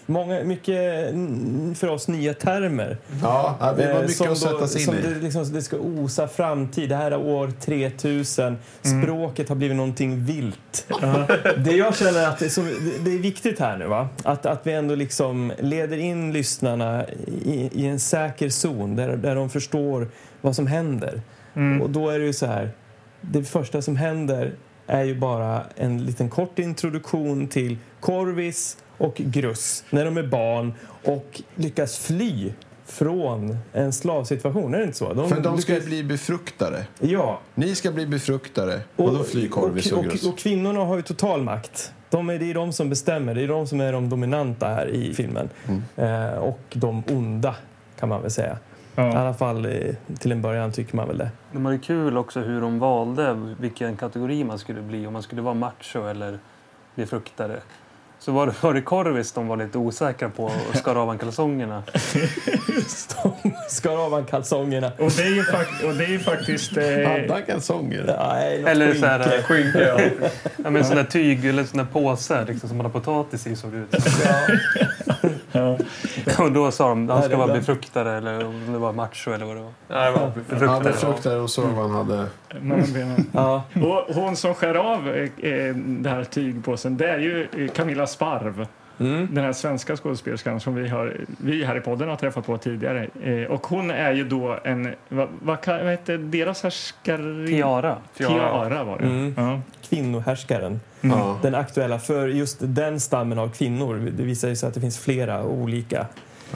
Många, mycket mm, för oss nya termer.
Ja, ja, det var
Eh,
mycket
som
att sätta sig in
som
i.
Det, liksom, det ska osa framtid. Det här är år 3000. Språket har blivit någonting vilt. [LAUGHS] det jag känner att det är, som, det- det är viktigt här nu, va? Att, att vi ändå liksom leder in lyssnarna i, i en säker zon där, där de förstår vad som händer.
Mm.
Och då är det ju så här, det första som händer är ju bara en liten kort introduktion till Corvis och Gruss när de är barn och lyckas fly från en slavsituation, är det inte så?
För de ska ju bli befruktare.
Ja.
Ni ska bli befruktare. Och, då flyr Corvis och,
och, och, och kvinnorna har ju total makt. De är, det är de som bestämmer, det är de som är de dominanta här i filmen.
Mm.
Eh, och de onda, kan man väl säga. I alla fall eh, till en början tycker man väl det. [LAUGHS]
Det var ju kul också hur de valde vilken kategori man skulle bli. Om man skulle vara macho eller befruktare. Så var det, var det Corvis de var lite osäkra på och skar av han kalsongerna.
Skar av han kalsongerna.
Och det är ju, fak- och det är ju faktiskt... Eh,
Alla kalsonger.
Nej, något
Eller så
skynke.
här,
Skynke, ja.
ja, men sån där tyg eller sån där påse liksom, som man har potatis i såg det ut som.
[LAUGHS]
Och då sa de han
Nej, det
ska vara
där.
befruktare eller om det var macho eller vad det var.
Nej, det var befruktare.
Ja,
Befruktare.
befruktare. Och så vad han hade...
mellan benen.
Ja.
Och hon som skär av eh, eh, den här tygpåsen, det är ju eh, Camilla Sparv. Den här svenska skådespelerskan som vi, har, vi här i podden har träffat på tidigare. Eh, och hon är ju då en, vad, vad, ka- vad heter deras härskare?
Tiara.
Tiara var det.
Mm.
Ja.
Kvinnohärskaren.
Ja.
Den aktuella för just den stammen av kvinnor. Det visar ju sig att det finns flera olika.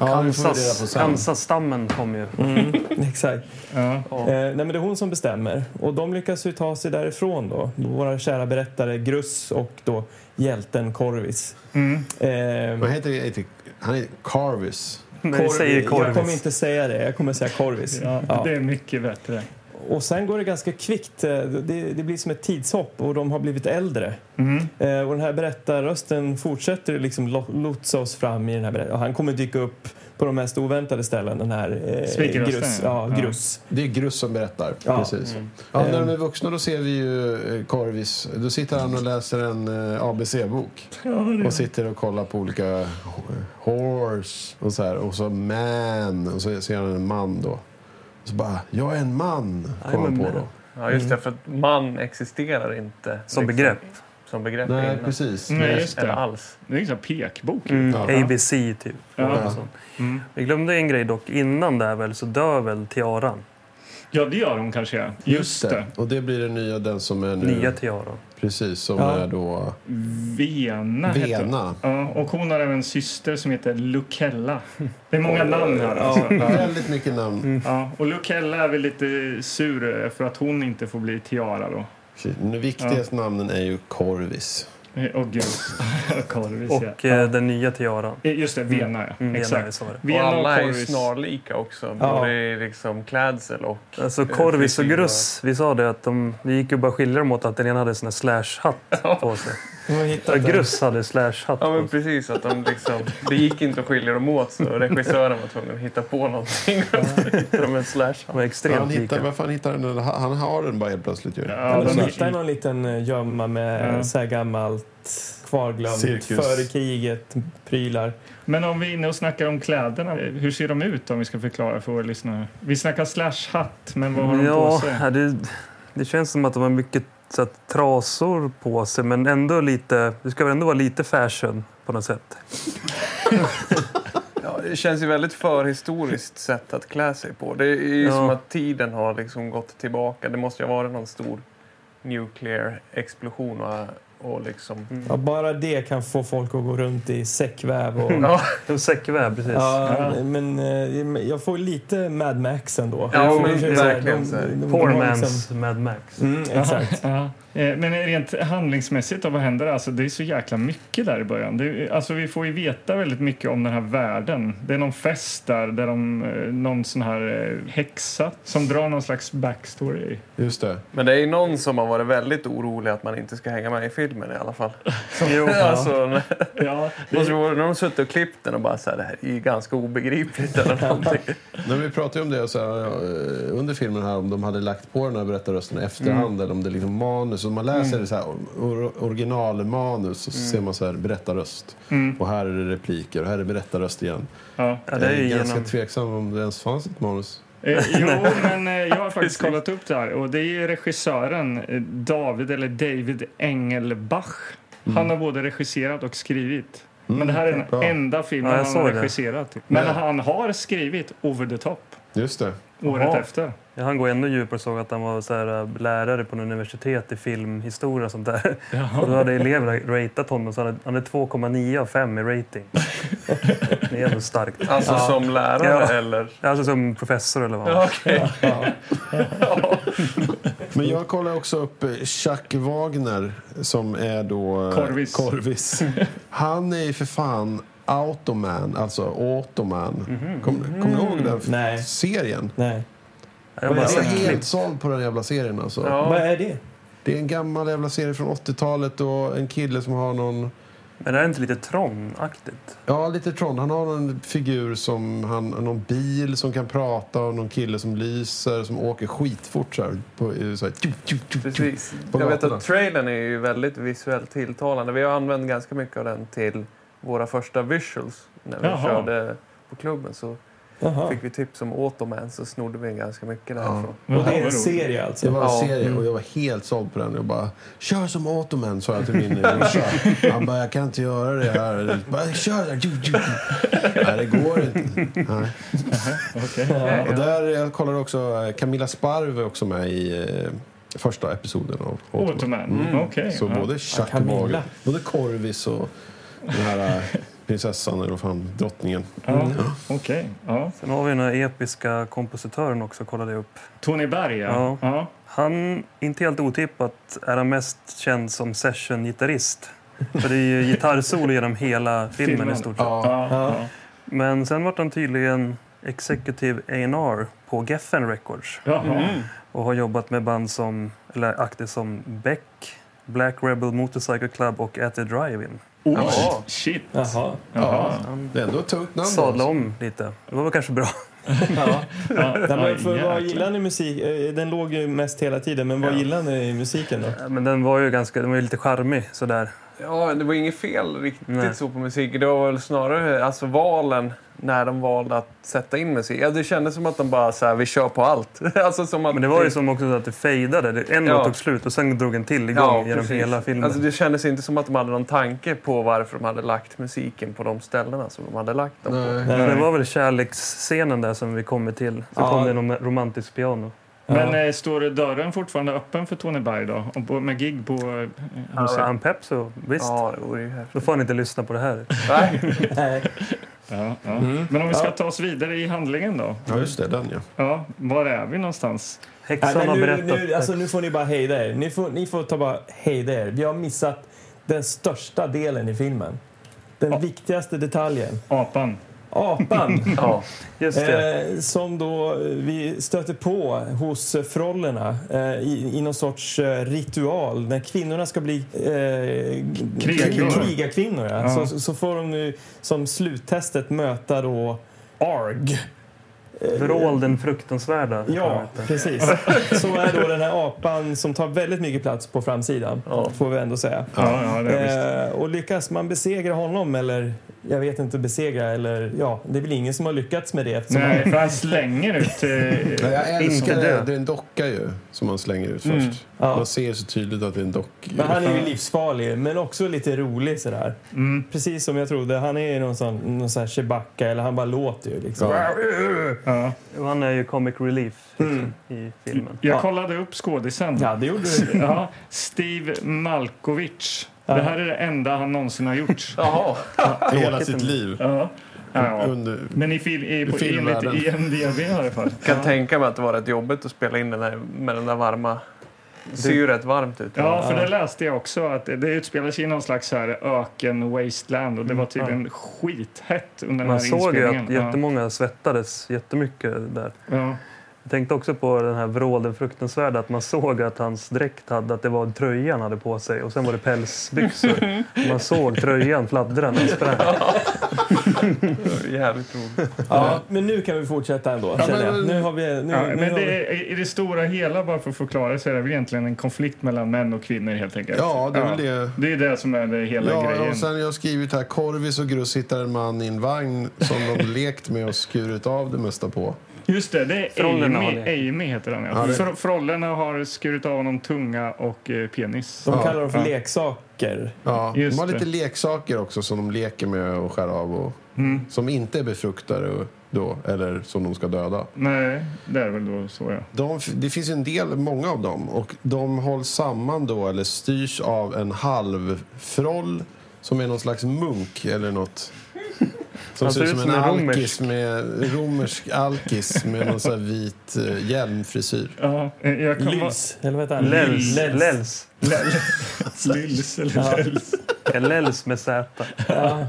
Ja, vi får vi reda på
Kansas-
sen.
Kansas-stammen kom ju. [LAUGHS]
[LAUGHS] Exakt.
Ja.
Eh, nej, men det är hon som bestämmer. Och de lyckas ju ta sig därifrån då. Våra kära berättare Gruss och då hjälten Corvis.
mm.
Eh,
Vad heter det? heter- Han heter Carvis.
Nej, säger
Jag kommer
Corvis.
inte säga det. Jag kommer säga Corvis.
Ja,
Ja.
Det är mycket bättre.
Och sen går det ganska kvickt. Eh, Det, det blir som ett tidshopp och de har blivit äldre.
Mm.
Eh, och den här berättarrösten fortsätter liksom lo- lotsa oss fram i den här berättelsen. Han kommer dyka upp på de mest oväntade ställen, den här eh,
Spikrösten,
grus. Ja,
ja.
grus.
Det är Gruss som berättar.
Ja.
Precis.
Mm.
Ja,
Ehm.
när de är vuxna då ser vi ju eh, Corvis. Då sitter han och läser en eh, ABC-bok.
Mm.
Och sitter och kollar på olika eh, horse och så här. Och så man. Och så ser han en man då. Och så bara, jag är en man. Kommer han på då.
Ja, just det. För att man existerar inte.
Som
liksom,
begrepp.
Som begrepp
Nej,
innan.
precis.
Mm. Nej, just
Eller
det.
alls.
Det är en sån här pekbok. ju.
Mm,
Ja.
ABC typ.
Ja. Mm.
Och sånt. Vi glömde en grej dock. Innan där väl så dör väl tiaran.
Ja, det gör hon kanske. ja. Just det.
Och det blir den nya, den som är nu.
Nya tiaran.
Precis, som
Ja.
är då
Vena heter hon.
Vena.
Ja, och hon har även en syster som heter Lukella. Det är många namn här alltså.
Väldigt mycket namn.
Ja, och Lukella är väl lite eh, sur för att hon inte får bli Tiara då.
Precis. Men Det viktigaste namnen är ju Corvis.
Eh, Och grus. Corvis,
Och
ja.
eh, den nya tiaran.
Eh, Just det, Vena ja.
Mm, Vena,
Exakt.
så var det.
Och
Vena
alla är ju
Corvis.
snarlika också,
Ja.
både i liksom klädsel och...
Alltså
eh,
Corvis och
frisyr.
Gruss, vi sa det att de, vi gick ju bara skilja dem åt att den ena hade sån här slash-hatt på sig. Ja, Gruss hade slash-hatt
Ja,
på
men
sig.
precis. Att de liksom, det gick inte att skilja dem åt, så regissören var tvungen att hitta på [LAUGHS] någonting. Och så hittade de en slash.
De var
han
extremt
hittar,
lika.
varför han hittar den? Han har den bara helt plötsligt ju.
Ja,
Eller
de
så-
hittar någon liten eh, gömma med
Ja.
så här gammalt kvarglömt
Cirkus.
före kriget prylar.
Men om vi är inne och snackar om kläderna, eh, hur ser de ut om vi ska förklara för våra lyssnare? Vi snackar slash-hatt, men vad har de på
Ja,
sig?
ja, det, det känns som att de har mycket så här, trasor på sig men ändå lite, det ska väl ändå vara lite fashion på något sätt.
Ja, det känns ju väldigt förhistoriskt sätt att klä sig på. Det är ju
Ja.
som att tiden har liksom gått tillbaka. Det måste ju ha varit någon stor nuclear explosion och, och liksom...
Ja, bara det kan få folk att gå runt i säckväv och...
Ja,
En säckväv precis.
Ja, men eh, jag får lite Mad Max ändå.
Ja,
Jag får
men
ju så här,
verkligen så här.
Poor
har
man's
liksom-
Mad Max.
Mm,
[LAUGHS]
exakt.
Ja. Eh, Men rent handlingsmässigt, då, vad händer? Alltså, det är så jäkla mycket där i början. Det är, alltså, vi får ju veta väldigt mycket om den här världen. Det är någon fest där, där de, eh, någon sån här eh, häxa som drar någon slags backstory.
Just det.
Men det är ju någon som har varit väldigt orolig att man inte ska hänga med i filmen i alla fall.
[LAUGHS] Jo,
[LAUGHS] alltså, när,
Ja,
måste vara, när de har suttit och klippt den och bara så här, det här är ju ganska
[LAUGHS]
obegripligt eller någonting.
När vi pratade ju om det så här, eh, under filmen här om de hade lagt på den här berättarrösten
Mm.
i efterhand eller om det är liksom manus. Om man läser det så här, or, originalmanus så ser
Mm.
man så här berättarröst. Och här är det repliker och här är berättarröst igen.
Ja.
Ja, det är
jag är
ju
ganska
genom...
tveksam om det ens fanns ett manus.
Eh,
[LAUGHS]
jo, men eh, jag har faktiskt kollat upp det här och det är ju regissören eh, David eller David Engelbach.
Mm.
Han
Mm.
har både regisserat och skrivit. men det här är den
bra.
enda filmen
Ja, jag
han
såg
har
det.
regisserat. Men
Ja.
han har skrivit Over the Top
Just det.
året
Jaha.
efter.
Jag hann gå ännu djupare och såg att han var så här, äh, lärare på något universitet i filmhistoria och
[LAUGHS]
sånt där. Och då hade eleverna ratat honom så han hade, han hade 2,9 av 5 i
[LAUGHS]
rating. Det är ändå starkt.
Alltså som lärare
Ja.
eller...
Alltså som professor eller vad
Ja, okej.
Men jag kollar också upp eh, Chuck Wagner som är då... eh,
Corvis.
[LAUGHS]
Corvis. Han är ju för fan Automan, alltså Automan.
Mhm.
Kommer
Mm.
kom ni ihåg den
Nej.
serien?
Nej.
Jag har bara
Jag är
sett klipp.
helt såld på den jävla serien alltså.
Vad
Ja.
är det?
Det är en gammal jävla serie från 80-talet och en kille som har någon...
Men det är inte lite Tron-aktigt?
Ja, lite Tron. Han har en figur som... Han, någon bil som kan prata och någon kille som lyser som åker skitfort så här. På, så här tju, tju, tju, tju.
Precis.
På
Jag vet
gatorna.
att trailern är ju väldigt visuellt tilltalande. Vi har använt ganska mycket av den till våra första visuals när vi
Jaha.
körde på klubben. Så
Jaha.
fick vi tips om Automan så snodde vi ganska mycket därifrån.
Och det är
Vad
en
roligt.
serie alltså?
Det var en
Ja.
serie
Mm.
och jag var helt såld på den. Jag bara, kör som Automan, sa jag till min
[LAUGHS]
brorsa. Han bara, jag kan inte göra det här. Jag Bara, kör! där. Ju, ju, ju. Nej, det går inte. Nej.
Okej.
Och där jag kollade också, eh, Camilla Sparv är också med i eh, första episoden av Automan.
Automan. Mm, Okej.
Mm. Så
ja.
både Chuck
Ja, Camilla.
Wagner, både Corvis och den här eh, prinsessan, eller vad fan, drottningen. Mm.
Ja. Okej. Ja.
Sen har vi den här episka kompositören också, kollade jag upp.
Tony Berg, ja.
Ja.
ja.
Han, inte helt otippat, är han mest känd som session-gitarrist. För det är ju gitarrsolo genom hela filmen,
Filmen.
i stort sett.
Ja.
ja. ja.
Men sen var han tydligen executive A&R på Geffen Records
Jaha.
Mm.
Mm. och har jobbat med band som, eller akter som Beck, Black Rebel Motorcycle Club och At the Drive-In.
Oj,
Jaha.
shit.
Jaha.
Jaha.
Det är ändå ett tungt namn.
Sadla
alltså.
om lite. Det var väl kanske bra.
Ja.
Nej,
Oj,
men för
jäklar.
vad gillar ni musik? Eh, Den låg ju mest hela tiden, men vad gillar ni i musiken då?
Men den var ju ganska, den var ju lite charmig sådär.
Ja, det var inget fel riktigt
Nej.
så på musiken. Det var väl snarare alltså, valen när de valde att sätta in musik. Ja, det kändes som att de bara så här, vi kör på allt. [LAUGHS] alltså, som att
Men det var ju som också att det fejdade. Det- En
Ja.
låt tog slut och sen drog en till igång
Ja,
genom
precis.
hela filmen.
Alltså, det kändes inte som att de hade någon tanke på varför de hade lagt musiken på de ställena som de hade lagt dem på.
Nej.
Men det var väl kärleksscenen där som vi kommer till. Så
Ja.
kom det någon romantisk piano.
Men eh, står dörren fortfarande öppen för Tony Berg då? Och på- Med gig på... Eh,
Alltså,
ja.
han pepp så visst.
Ja, det vore ju häftigt.
Då får han inte lyssna på det här.
[LAUGHS] Nej.
[LAUGHS] Nej.
Ja, ja.
Mm.
Men om vi ska ta oss vidare i handlingen då?
Ja, just det. Den, ja.
Ja, var är vi någonstans?
Nej,
Häxan
men
har
nu, alltså,
berättat.
nu, alltså, nu får ni bara hejda er. Ni får, ni får ta bara hejda er. Vi har missat den största delen i filmen. Den viktigaste detaljen.
Apan.
Apan.
ja, just det.
Eh, som då vi stöter på hos frollerna eh, i, i någon sorts eh, ritual. När kvinnorna ska bli eh,
Krigarkvinnor.
krigarkvinnor, ja.
Ja.
Så, så får de nu som sluttestet möta då ARG.
Vrål den fruktansvärda.
eh, Ja, precis. Så är då den här apan som tar väldigt mycket plats på framsidan, får vi ändå säga.
Ja, ja, det är
Eh, och lyckas man besegra honom eller, jag vet inte, besegra eller ja, det är väl ingen som har lyckats med det eftersom
Nej, för han slänger ut... Eh,
Nej, jag älskar
Inte
det.
dö.
Det är en docka ju som man slänger ut först.
Mm.
Ja.
Man ser så tydligt att det är en docka.
Men han är ju livsfarlig, men också lite rolig sådär.
mm,
Precis som jag trodde. Han är ju någon sån, någon sån här Chewbacca, eller han bara låter ju liksom.
Ja.
ja.
Och Han är ju comic relief
Mm.
liksom, i filmen.
Jag kollade upp skådisen.
Ja, det gjorde du.
Ja, Steve Malkovich. Det här är det enda han någonsin har
[LAUGHS]
gjort.
[LAUGHS] Jaha.
I [LAUGHS] hela sitt liv.
Ja. Ja.
Under...
Men i, fil, i, på, enligt
filmvärlden.
IMDB i alla fall.
Kan tänka mig att det var rätt jobbigt att spela in den här med den där varma... Det ser ju rätt varmt ut.
Ja, för det läste jag också. att Det, det utspelar sig i någon slags så här öken, wasteland och det var tydligen skithett under den
Man
här
såg ju
inspelningen.
att jättemånga svettades jättemycket där.
ja. Ja.
Jag tänkte också på den här vrål den fruktansvärda, att man såg att hans dräkt hade, att det var tröjan han hade på sig och sen var
[LAUGHS]
det pälsbyxor. Man såg tröjan fladdra när han sprang.
Det är Jävligt roligt.
Ja, men nu kan vi fortsätta ändå,
Ja,
känner jag.
men-
Nu har vi... Nu,
Ja,
nu
men
har vi...
det, är- i det stora hela, bara för att förklara, så är det väl egentligen en konflikt mellan män och kvinnor helt enkelt.
Ja, det är väl det.
Det är det som är det hela
Ja,
grejen.
och sen jag har skrivit här, Korvis och Gruss hittar en man i en vagn som
[LAUGHS]
de lekt med och skurit av det mesta på.
Just det, det är
Frollerna har
Amy,
det.
Amy heter han.
Ja,
Ja.
det-
Fro- Frollerna har skurit av honom tunga och eh, penis.
De
Ja,
kallar dem för
ja.
leksaker.
Ja,
Just
de har lite
det.
leksaker också som de leker med och skär av och
Mm.
som inte är befruktade och- då, eller som de ska döda.
Nej, det är väl då så ja.
De, det finns ju en del, många av dem, och de hålls samman då eller styrs av en halvfroll som är någon slags munk eller något. Som
Han
ser ut som en, alkis med romersk alkis med någon sån här vit eh, hjälmfrisyr.
Ja, eh, jag kan vara-
Lys, eller vad heter han?
Lels.
Lels.
Lels.
Lils eller
[LAUGHS]
Lels.
Lels med Z.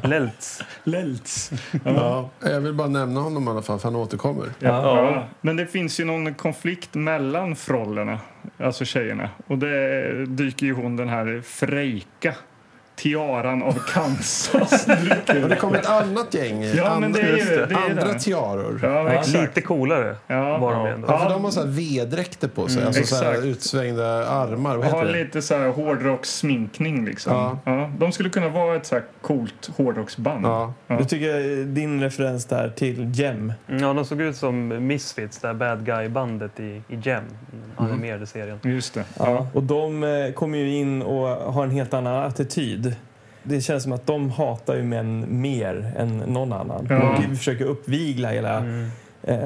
Lelts.
Lelts.
Ja. Jag vill bara nämna honom i alla fall, för han återkommer.
Ja. Men det finns ju någon konflikt mellan frollerna, alltså tjejerna. Och det dyker ju hon den här Frejka,
[LAUGHS]
tiaran av Kansas.
Och det kommer ett annat gäng,
Ja, men det är ju-
andra-
det är ju
andra
det.
tiaror.
Ja, exakt.
Lite coolare
Ja.
var de ju ändå.
Ja, för de har så här vedräkter på sig, alltså så här
Mm, exakt.
utsvängda armar. Vad
Och har
heter det?
lite så här hårdrockssminkning liksom.
Ja.
Ja. De skulle kunna vara ett så här coolt hårdrocksband.
Ja.
Du tycker eh, din referens där till Gem.
Ja, de såg ut som Misfits, det här bad guy-bandet i, i Gem, den
Mm.
animerade serien.
Just det.
Ja. Och de eh, kommer ju in och har en helt annan attityd. Det känns som att de hatar ju män mer än någon annan.
Ja. Mm.
De försöker uppvigla hela...
Mm.
eh,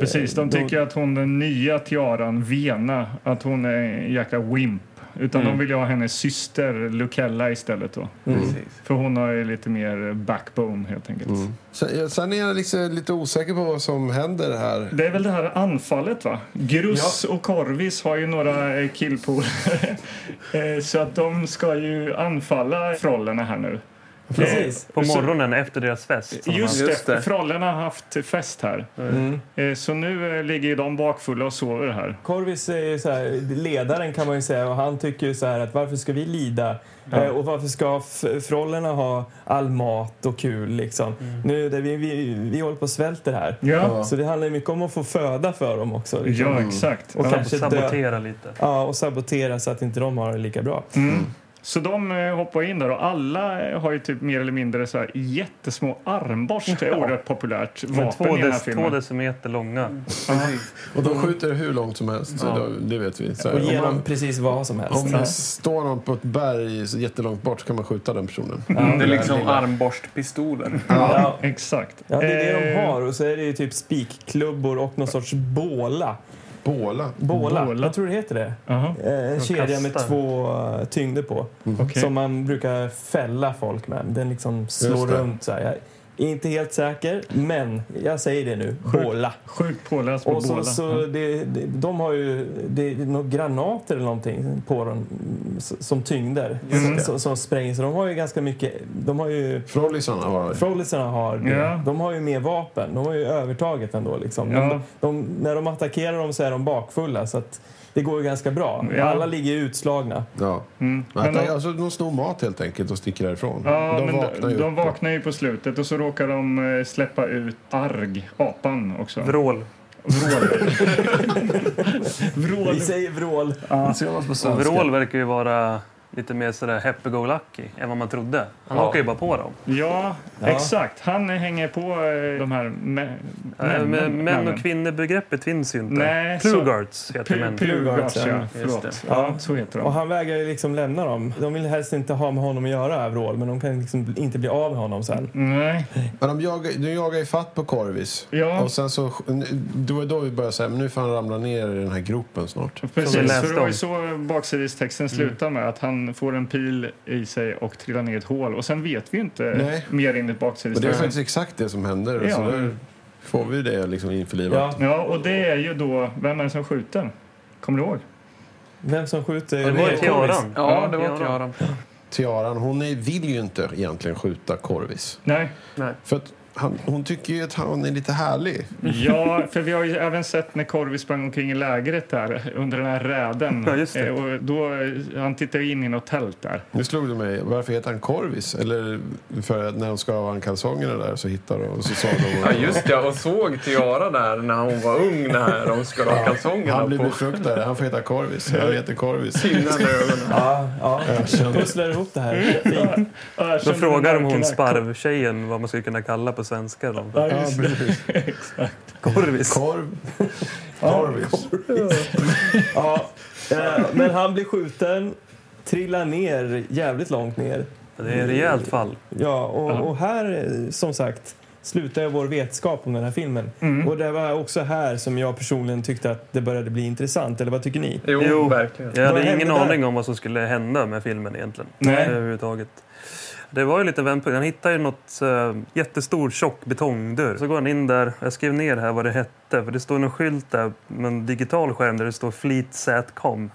Precis, de tycker att hon den nya tiaran Vena, att hon är en jäkla wimp. Utan de vill ju ha hennes syster Lukella istället då.
Mm.
Precis.
För hon har ju lite mer backbone helt enkelt.
Sen- Sen är jag liksom lite osäker på vad som händer här.
Det är väl det här anfallet va? Gruss och Korvis har ju några eh, killpolare. [LAUGHS] Eh, Så att de ska ju anfalla frollerna här nu.
Precis.
På morgonen efter deras fest. som
Just,
Just
det,
det.
frollerna har haft fest här.
Mm.
Eh, Så nu eh, ligger ju de bakfulla och sover här.
Korvis är ju så här, ledaren kan man ju säga och han tycker ju så här att varför ska vi lida? Eh, och varför ska f- frollerna ha all mat och kul liksom? Nu, det, vi, vi, vi håller på och svälter här.
Mm. Ja,
Så det handlar ju mycket om att få föda för dem också. Liksom.
ja exakt.
Och
Han
kanske dö.
sabotera lite.
Ja, och sabotera så att inte de har det lika bra.
Mm. Så de eh, hoppar in där och alla eh, har ju typ mer eller mindre så här jättesmå armborst. Det är oerhört populärt
Men
vapen
två,
i den här
dec- två
filmen. Mm.
decimeter långa.
Och de skjuter hur långt som helst, det- det vet vi. Så här,
Och
om
ge dem
man,
precis vad som
om
helst.
det står någon på ett berg så jättelångt bort så kan man skjuta den personen.
Det är liksom armborstpistoler.
Ja.
Exakt.
Ja, det är det de
Eh,
har. Och så är det ju typ spikklubbor och någon sorts båla.
Båla.
Båla,
Båla.
jag tror det heter det.
aha.
Eh, En kedja med
kastar.
två eh, tyngder på.
Okej.
Som man brukar fälla folk med. Den liksom slår
Just det.
runt så här. Jag, Inte helt säker, men jag säger det nu.
Sjukt-
Båla.
Sjukt påläst på
Och så,
båda.
så det, det, de har ju det, är några granater eller någonting på dem s- som tyngder
Just det.
som, som sprängs. De har ju ganska mycket. De har ju...
Frollisarna har
Frollisarna har det.
Ja.
De har ju mer vapen. De har ju övertaget ändå. Liksom.
Ja.
De, de, när de attackerar dem så är de bakfulla. Så att det går ju ganska bra.
Ja.
Alla ligger ju utslagna.
Ja.
Mm.
Att,
Men de-
alltså, de snor mat helt enkelt och sticker därifrån.
Ja,
de
men
vaknar ju.
de vaknar ju på slutet och så råkar de eh, släppa ut Arg, apan också.
[LAUGHS] Vrål. [LAUGHS]
Vrål.
Vi säger vrål.
Ja.
Och Vrål verkar ju vara lite mer sådär happy-go-lucky än vad man trodde. Han
Ja.
hakar ju bara på dem.
Ja,
Ja.
exakt. Han hänger på eh, de här mä-
Äh,
männen.
men män och kvinnor-begreppet finns ju inte.
Nej, så-
Plugards heter
Plu-
män.
Plugards, ja.
Just
Förlåt.
det.
Ja, så heter de.
Och han vägrar ju liksom lämna dem. De vill helst inte ha med honom att göra, Vrål, men de kan liksom inte bli av med honom sen.
Nej.
Men de jagar, de jagar ju fatt på Korvis.
Ja.
Och sen så, det var då vi började säga, men nu får han ramla ner i den här gropen snart.
Som vi
Precis,
läste
för det var
om. Mm.
ju så baksidestexten slutar med att han får en pil i sig och trillar ner i ett hål och sen vet vi inte
Nej.
mer enligt
Och det är
baksidestexten.
faktiskt exakt det som händer.
Ja.
Så nu får vi det liksom införlivat.
Ja. ja, och det är ju då, vem är det som skjuter? Kommer du ihåg?
Vem som skjuter?
Det var Teoran.
Ja, det var Tiaran.
Tiaran, hon är- vill ju inte egentligen skjuta Korvis.
Nej.
Nej.
För att han, hon tycker ju att han är lite härlig.
Ja, för vi har ju även sett när Korvi sprang omkring i lägret där under den här räden.
Ja, just det.
Eh, Och då, eh, han tittar ju in i något tält
[LAUGHS]
där.
Nu slog du mig. Varför heter han Korvis? Eller för att när de ska ha han kalsongerna där så hittar de och så sa de...
Ja, just det. Och såg Tiara där när hon var ung när de skulle ha kalsongerna
Han blir
på.
befruktad. Han får heta Korvis. Jag heter Korvis.
Pinnade ögonen.
Ja, ja. Pusslar ihop det här. Fint.
Då frågar de
[LAUGHS]
hon sparvtjejen vad man skulle kunna kalla på svenska. Då.
Ja, precis.
Korvis.
Korv... Korvis.
Ja. eh, Men han blir skjuten, trillar ner jävligt långt ner.
Det är ett rejält fall.
Ja, och, och här, eh, som sagt, slutar jag vår vetskap om den här filmen.
Mm.
Och det var också här som jag personligen tyckte att det började bli intressant. Eller vad tycker ni?
Jo,
Jo.
verkligen.
Jag
Vad
hade
hände
ingen
där?
aning om vad som skulle hända med filmen egentligen.
Nej.
Överhuvudtaget. Det var ju lite vändpunkt. Han hittade ju något eh, jättestor tjock betongdörr. Så går han in där. Jag skrev ner här vad det hette. För det står en skylt där med en digital skärm där det står flitsätcom.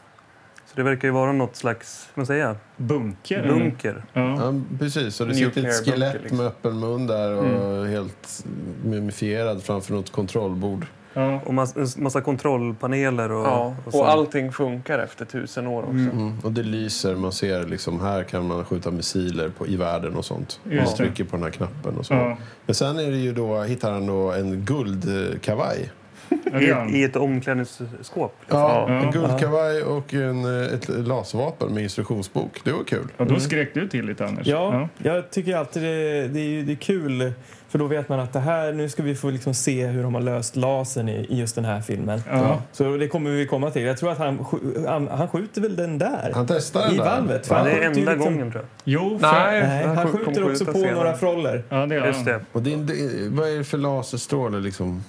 Så det verkar ju vara något slags, vad säger jag,
Bunker?
bunker.
Ja.
Ja, precis. Och det
Nuclear
sitter ett
bunker,
skelett
liksom. Mm.
med öppen mun där och helt mumifierad framför något kontrollbord.
Ja.
Och massa, massa kontrollpaneler och,
Ja,
sånt.
och allting funkar efter tusen år också.
Mm. Och det lyser. Man ser liksom, här kan man skjuta missiler på, i världen och sånt. Man
Just det.
trycker på den här knappen och så.
Ja.
Men sen är det ju då, hittar han då en guldkavaj.
Ja.
I, ett, I ett omklädningsskåp.
Ja,
Ja.
en guldkavaj och en, eh, ett laservapen med instruktionsbok. Det var kul.
Ja, då skrek du till lite, Anders.
Mm. Ja, jag tycker alltid det, det, är, ju- det är kul. För då vet man att det här, nu ska vi få liksom se hur de har löst lasern i, i just den här filmen.
Ja.
Så det kommer vi komma till. Jag tror att han, sk- han, han skjuter väl den där.
Han testar den
I
där.
valvet.
Ja,
Fan,
det är
han skjuter ju
enda
liksom-
gången tror
Jo, för...
Nej,
Nej, han
kom- kom
skjuter också
skjuta
på
senare.
några froller.
Ja, det
jag.
gör
Just
han.
det.
Och det är, det, vad är det för laserstråle liksom?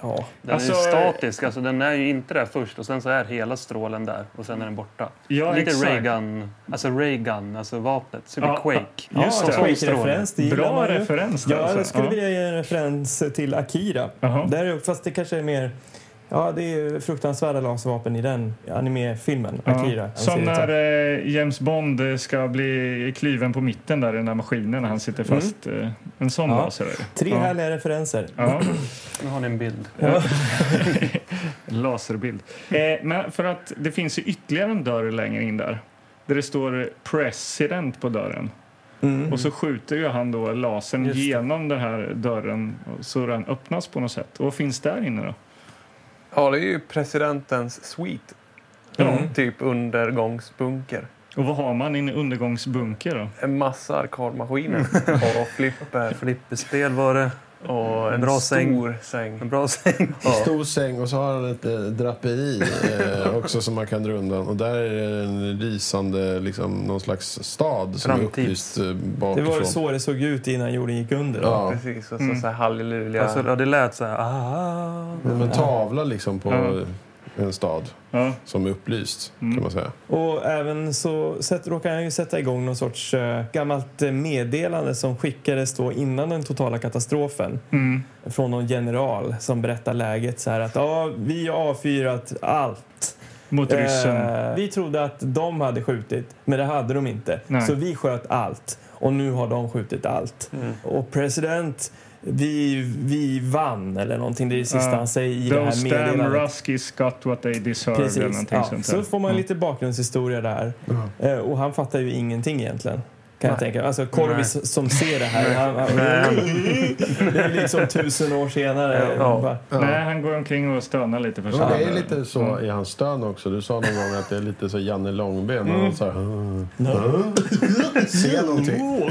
Ja.
Den är Alltså, ju statisk,
alltså den är ju inte där först och sen så är hela strålen där och sen är den borta.
Ja, exakt.
Reagan, alltså Reagan, alltså vapnet. Super
Ja, ja, just
Ja,
det.
Quake-referens, det gillar
Bra
man ju.
referens. där,
Ja,
alltså.
jag skulle vilja ge en referens till Akira.
Jaha.
Där, är- fast det kanske är mer... Ja, det är ju fruktansvärda laservapen i den animefilmen,
Ja.
Akira.
Som när eh, James Bond eh, ska bli kliven på mitten där i den där maskinen när han sitter fast. Eh, en sån
Mm. Ja.
laser är det.
Tre
ja.
härliga referenser.
Ja. [LAUGHS]
Nu har ni en bild.
Laserbild. Eh, men för att det finns ju ytterligare en dörr längre in där. Där det står president på dörren.
Mm.
Och så skjuter ju han då lasern
Just det.
genom den här dörren och så den öppnas på något sätt. Och vad finns där inne då?
Ja, det är ju presidentens suite.
Ja.
Typ undergångsbunker.
Mm. Och vad har man i en undergångsbunker då?
En massa arkadmaskiner och flipper
Flipperspel var det.
och en
Bra
stor säng.
En bra säng.
Stor säng och så har han ett eh, draperi
[LAUGHS]
eh, också som man kan dra undan. Och där är det en lysande, liksom, någon slags stad som är
Framtids.
upplyst eh,
Det var
bakifrån.
ju så det såg ut innan jorden gick under. då.
Ja,
Precis, och så, så här halleluja.
Alltså, ja, det lät så här... Ah,
men en tavla liksom på
Ja. Mm.
en stad
Ja.
som är upplyst, kan man säga.
Och även så sätt, råkade han ju sätta igång någon sorts eh, gammalt eh, meddelande som skickades då innan den totala katastrofen. Från någon general som berättar läget så här att ja, vi har avfyrat allt.
Mot ryssen.
Eh, vi trodde att de hade skjutit, men det hade de inte.
Nej.
Så vi sköt allt och nu har de skjutit allt.
Mm.
Och president, vi, vi vann eller någonting. Det är det sista
Ja.
han säger i det här
Those damn
meddelandet.
Ruskies got what they deserved. Eller
Precis.
någonting
Ja.
sånt där.
Så får man
Mm.
lite bakgrundshistoria där. Eh, Och han fattar ju ingenting egentligen. Kan jag
Nej.
tänka. Alltså Korvis
Nej.
som ser det här. Han, han,
Nej.
[LAUGHS] det är liksom tusen år senare.
Ja.
Bara,
Nej, han går omkring och stönar lite för sig.
Ja, det är lite så i hans stön också. Du sa någon gång att det är lite så Janne Långben. Mm. Han så här, "Åh, åh." Se någonting.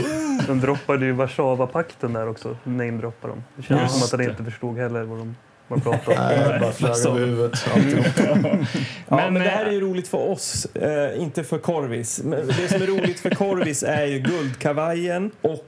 De droppade ju Warszawapakten där också. Namedroppade de. Det kändes
Just
som att han
det.
inte förstod heller vad de, vad de pratade om.
Nej, bara flög över huvudet. alltihop.
Ja, men,
eh,
det här är ju roligt för oss, eh, inte för Korvis. Men det som är roligt för Korvis är ju guldkavajen och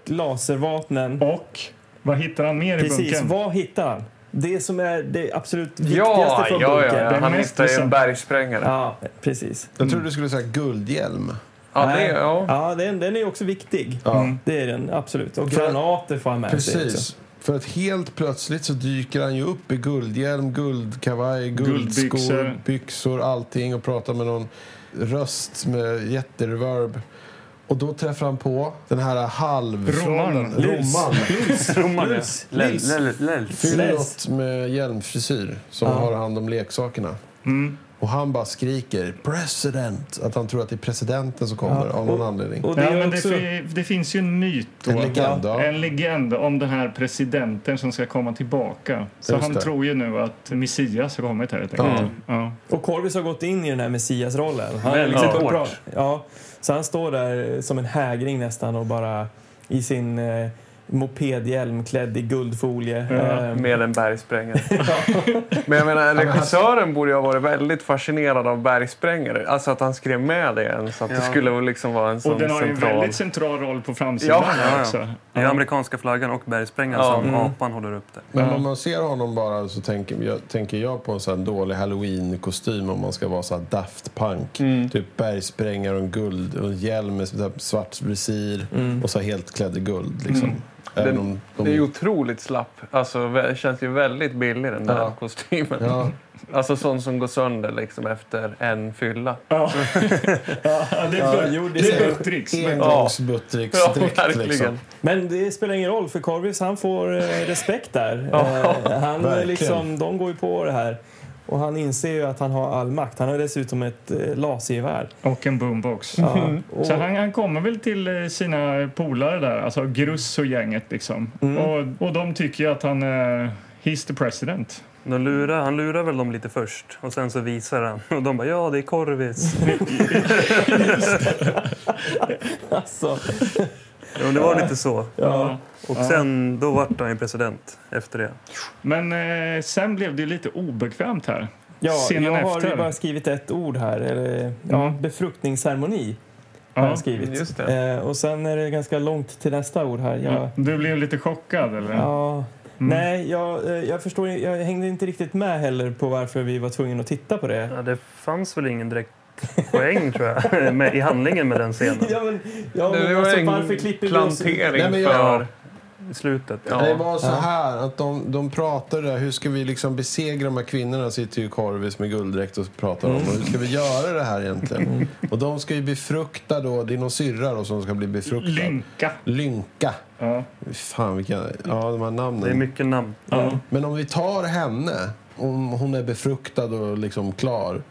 [LAUGHS]
laservapnen.
Och vad hittar han mer i
Precis,
bunkern?
vad hittar han? Det som är det absolut viktigaste
Ja, ja,
från
ja,
bunken.
ja. Han hittar ju en bergsprängare.
Ja, precis.
Jag trodde du skulle säga guldhjälm.
Ja, det,
Nej.
ja.
Ja, den, den är ju också viktig.
Ja.
Mm.
Det är den, absolut. Och granater får han med sig. också.
Precis. För att helt plötsligt så dyker han ju upp i guldhjälm, guldkavaj, guldskor,
Guldbyxor.
byxor. allting och pratar med någon röst med jättereverb. Och då träffar han på den här halv...
Romman.
Lus.
Romman.
Romare.
Lils.
Fyllot med hjälmfrisyr som
Ja.
har hand om leksakerna.
Mm.
Och han bara skriker president. Att han tror att det är presidenten som kommer
Ja,
av någon anledning.
Och det
Ja,
är
men det,
också...
fi- det finns ju en myt då.
En legend, ja.
En legend om den här presidenten som ska komma tillbaka. Så
Just
han
det.
tror ju nu att Messias har kommit här helt
Ja.
enkelt. Ja.
Och Corvus har gått in i den här Messias-rollen. Han
Väldigt hårt.
bra- Ja, så han står där eh, som en hägring nästan och bara i sin eh, mopedhjälm klädd i guldfolie.
Ja.
Eh,
Med en bergsprängare. Men jag menar, regissören borde ju ha varit väldigt fascinerad av bergsprängare. Alltså att han skrev med det ens. Att det
Ja.
skulle liksom vara en sån
Och den har ju en
central...
väldigt central roll på framsidan
Ja,
här
[LAUGHS] ja, ja.
också.
Det är amerikanska flaggan och bergsprängaren
Ja.
som
Mm.
apan håller upp där.
Men
Ja.
om man ser honom bara så tänker jag, tänker jag på en sån här dålig halloween-kostym om man ska vara så här Daft Punk. Typ bergsprängare och en guld och en hjälm med sån här svart visir
mm.
och så här helt klädd i guld. Liksom. Även
Mm. Den-
om de,
Det är ju otroligt slapp. Alltså, vä- känns ju väldigt billig den där
Ja.
kostymen.
ja,
Alltså sån som går sönder liksom efter en fylla.
Ja. ja, det är,
jo,
för,
det
det är
ser-
buttricks. Men,
engångsbuttricksdräkt.
[LAUGHS] Ja, verkligen.
liksom.
Men det spelar ingen roll för Corvus han får eh, respekt där.
Ja,
Eh, han, eh,
verkligen.
liksom, de går ju på det här. Och han inser ju att han har all makt. Han har dessutom ett eh, lasergevär.
och en boombox.
Ja, och-
Mhm. Så han, han kommer väl till eh, sina polare där, alltså Gruss och gänget liksom. Och, och de tycker ju att han är... He's the president.
De lurar, han lurar väl dem lite först och sen så visar han. Och de bara ja, det är Korvis.
[LAUGHS] Alltså,
Ja, men det var lite så.
ja.
Och sen då vart han ju president efter det.
Men eh, sen blev det ju lite obekvämt här.
Ja,
Scenen
jag har
efter.
ju bara skrivit ett ord här. Eller, ja,
Mm.
Befruktningsceremoni har
Ja. Mm.
jag skrivit.
Just det.
Eh, och sen är det ganska långt till nästa ord här. Jag, ja.
Du blev lite chockad eller? Mm.
Nej, jag, eh, jag förstår Jag hängde inte riktigt med heller på varför vi var tvungna att titta på det.
Ja, det fanns väl ingen direkt [LAUGHS] poäng tror jag med, i handlingen med den scenen.
[LAUGHS] Ja, men, ja,
Det
men
var
alltså, varför
en
klipper vi oss?
plantering
Nej, men jag-
för...
I slutet.
Ja.
Det var så här att de, de pratade där, hur ska vi liksom besegra de här kvinnorna? Sitter ju Korvis med gulddräkt och pratar om. Och hur ska vi göra det här egentligen? Och de ska ju befrukta då, det är någon syrra då som ska bli befruktad.
Lynka.
Lynka.
Ja.
Fan vilka, ja de här
Det är
namnen.
mycket namn.
Men om vi tar henne, om hon är befruktad och liksom klar.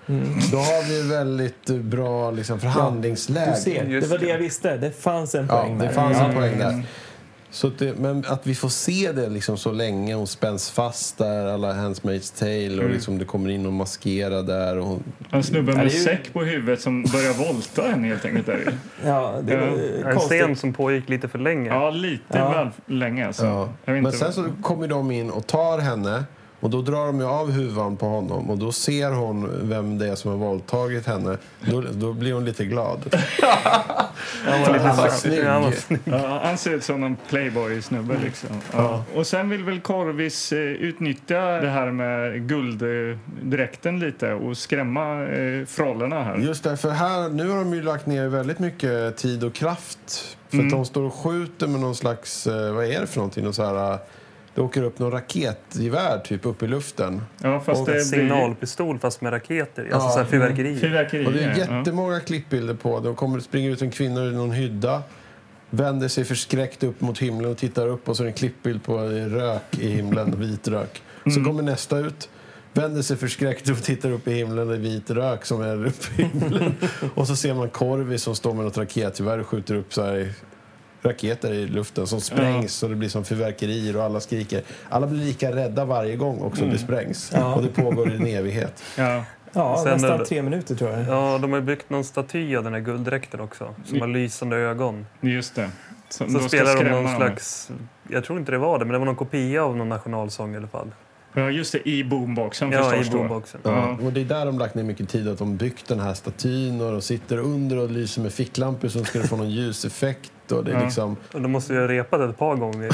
Då har vi väldigt eh, bra liksom förhandlingsläge.
Du ser, det
Just
var det
det.
jag visste. Det fanns en
Ja,
poäng
det
där.
fanns en
Mm.
poäng där. Så att det, men att vi får se det liksom så länge hon spänns fast där, alla Handsmaid's Tale och liksom det kommer in och maskerar där. Och hon,
En snubbe med
Ja,
en
det är ju-
säck på huvudet som börjar volta en helt enkelt. Där.
Ja, det var eh,
En scen
konstigt.
som pågick lite för länge.
Ja, lite
Ja.
väl länge alltså.
ja.
Jag vet
Men
inte.
sen så kommer de in och tar henne Och då drar de ju av huvan på honom och då ser hon vem det är som har våldtagit henne. Då, då blir hon lite
[LAUGHS]
glad.
Han
var lite
var
snygg.
Ja, han var snygg. Ja, han ser ut som en playboy-snubbe. Liksom. Ja. Och sen vill väl Corvis eh, utnyttja det här med gulddräkten lite och skrämma eh, frollorna här.
Just det, för här, nu har de ju lagt ner väldigt mycket tid och kraft. För
Mm.
att de står och skjuter med någon slags, eh, vad är det för någonting? Någon så här, eh, det åker upp någon raketgevär typ upp i luften.
Ja, fast
Och-
det blir- Mm.
Signalpistol fast med raketer i. Alltså
Ja.
så här fyrverkerier.
Och det är jättemånga klippbilder på. De kommer, springer ut en kvinna ur någon hydda. Vänder sig förskräckt upp mot himlen och tittar upp och så är det en klippbild på rök i himlen, vit rök. Så kommer nästa ut. Vänder sig förskräckt och tittar upp i himlen, det är vit rök som är uppe i himlen. och så ser man Korvi som står med något raketgevär och skjuter upp så här raketer i luften som sprängs och det blir som fyrverkerier och alla skriker. Alla blir lika rädda varje gång också det sprängs.
Ja.
Och det pågår i en evighet.
Ja.
Ja,
Sen
nästan
är det-
tre minuter tror jag.
Ja, de har ju byggt någon staty av den här gulddräkten också, som har lysande ögon.
Just det. [LAUGHS] Som
Så
då ska
spelar de
skrämma
någon
dem.
slags, jag tror inte det var det, men det var någon kopia av någon nationalsång i alla fall.
Ja, just det. I boomboxen
Ja,
förstås
i
då.
boomboxen.
Ja.
Ja. Och det är där de lagt ner mycket tid, att de byggt den här statyn och de sitter under och lyser med ficklampor som ska få någon ljuseffekt. Och det är
Ja.
liksom,
Och de måste ju ha repat ett
[LAUGHS]
par gånger.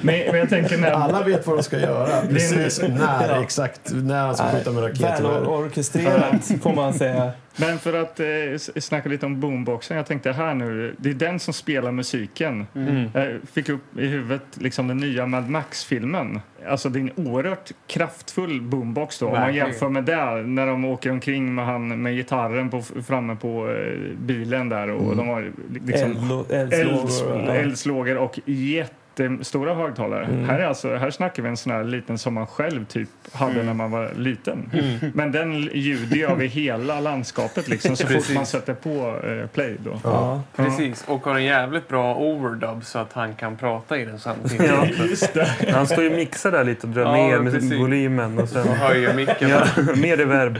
Men, men jag tänker när...
alla vet vad de ska göra,
Det är-
precis när exakt när han ska skjuta med
Väl
raketer.
orkestrerat får man säga.
Men för att eh, s- snacka lite om boomboxen. Jag tänkte här nu, det är den som spelar musiken. Jag fick upp i huvudet liksom den nya Mad Max-filmen. Alltså det är en oerhört kraftfull boombox då. Om man
Verkligen.
jämför med där när de åker omkring med, han, med gitarren på, framme på eh, bilen där och de har liksom
Eldlo-
elds-
Eldslågor. ja.
eldslågor och jättestora högtalare. Här, är alltså, här snackar vi en sån här liten som man själv typ hade när man var liten. Men den ljuder ju över hela landskapet liksom, så fort
Precis.
man sätter på eh, play. Då.
Ja.
Precis, och har en jävligt bra overdub så att han kan prata i den samtidigt. [LAUGHS]
Ja.
Just det.
Han står ju och mixar där lite och drar
Ja,
ner med
precis.
volymen
[LAUGHS]
och sen...
Och höjer micken.
Ja, mer reverb.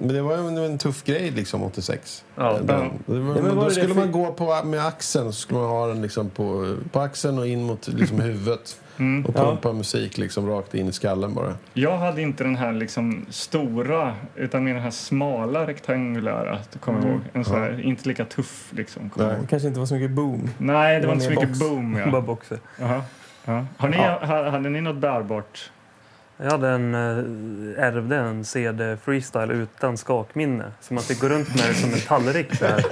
Men det var ju en, en tuff grej liksom, 86.
Ja.
Den, det var,
men
men
vad är
då
det
skulle
för-
man gå på, med axeln, så skulle man ha den liksom på, på axeln och in mot liksom, huvudet. Och pumpa musik liksom, rakt in i skallen bara.
Mm. Jag hade inte den här liksom stora, utan mer den här smala rektangulära. Du kommer jag ihåg. En sån här, inte lika tuff. Liksom, kommer jag
Nej.
ihåg.
Det kanske inte var så mycket boom.
Nej, det var
var
inte så
mer
mycket
box.
boom.
Bara
Ja.
boxer.
Jaha. Ja. Har ni, ha- Hade ni något bärbart?
Jag hade en, eh, ärvde en CD freestyle utan skakminne. Så man fick gå runt med det som en tallrik. Där,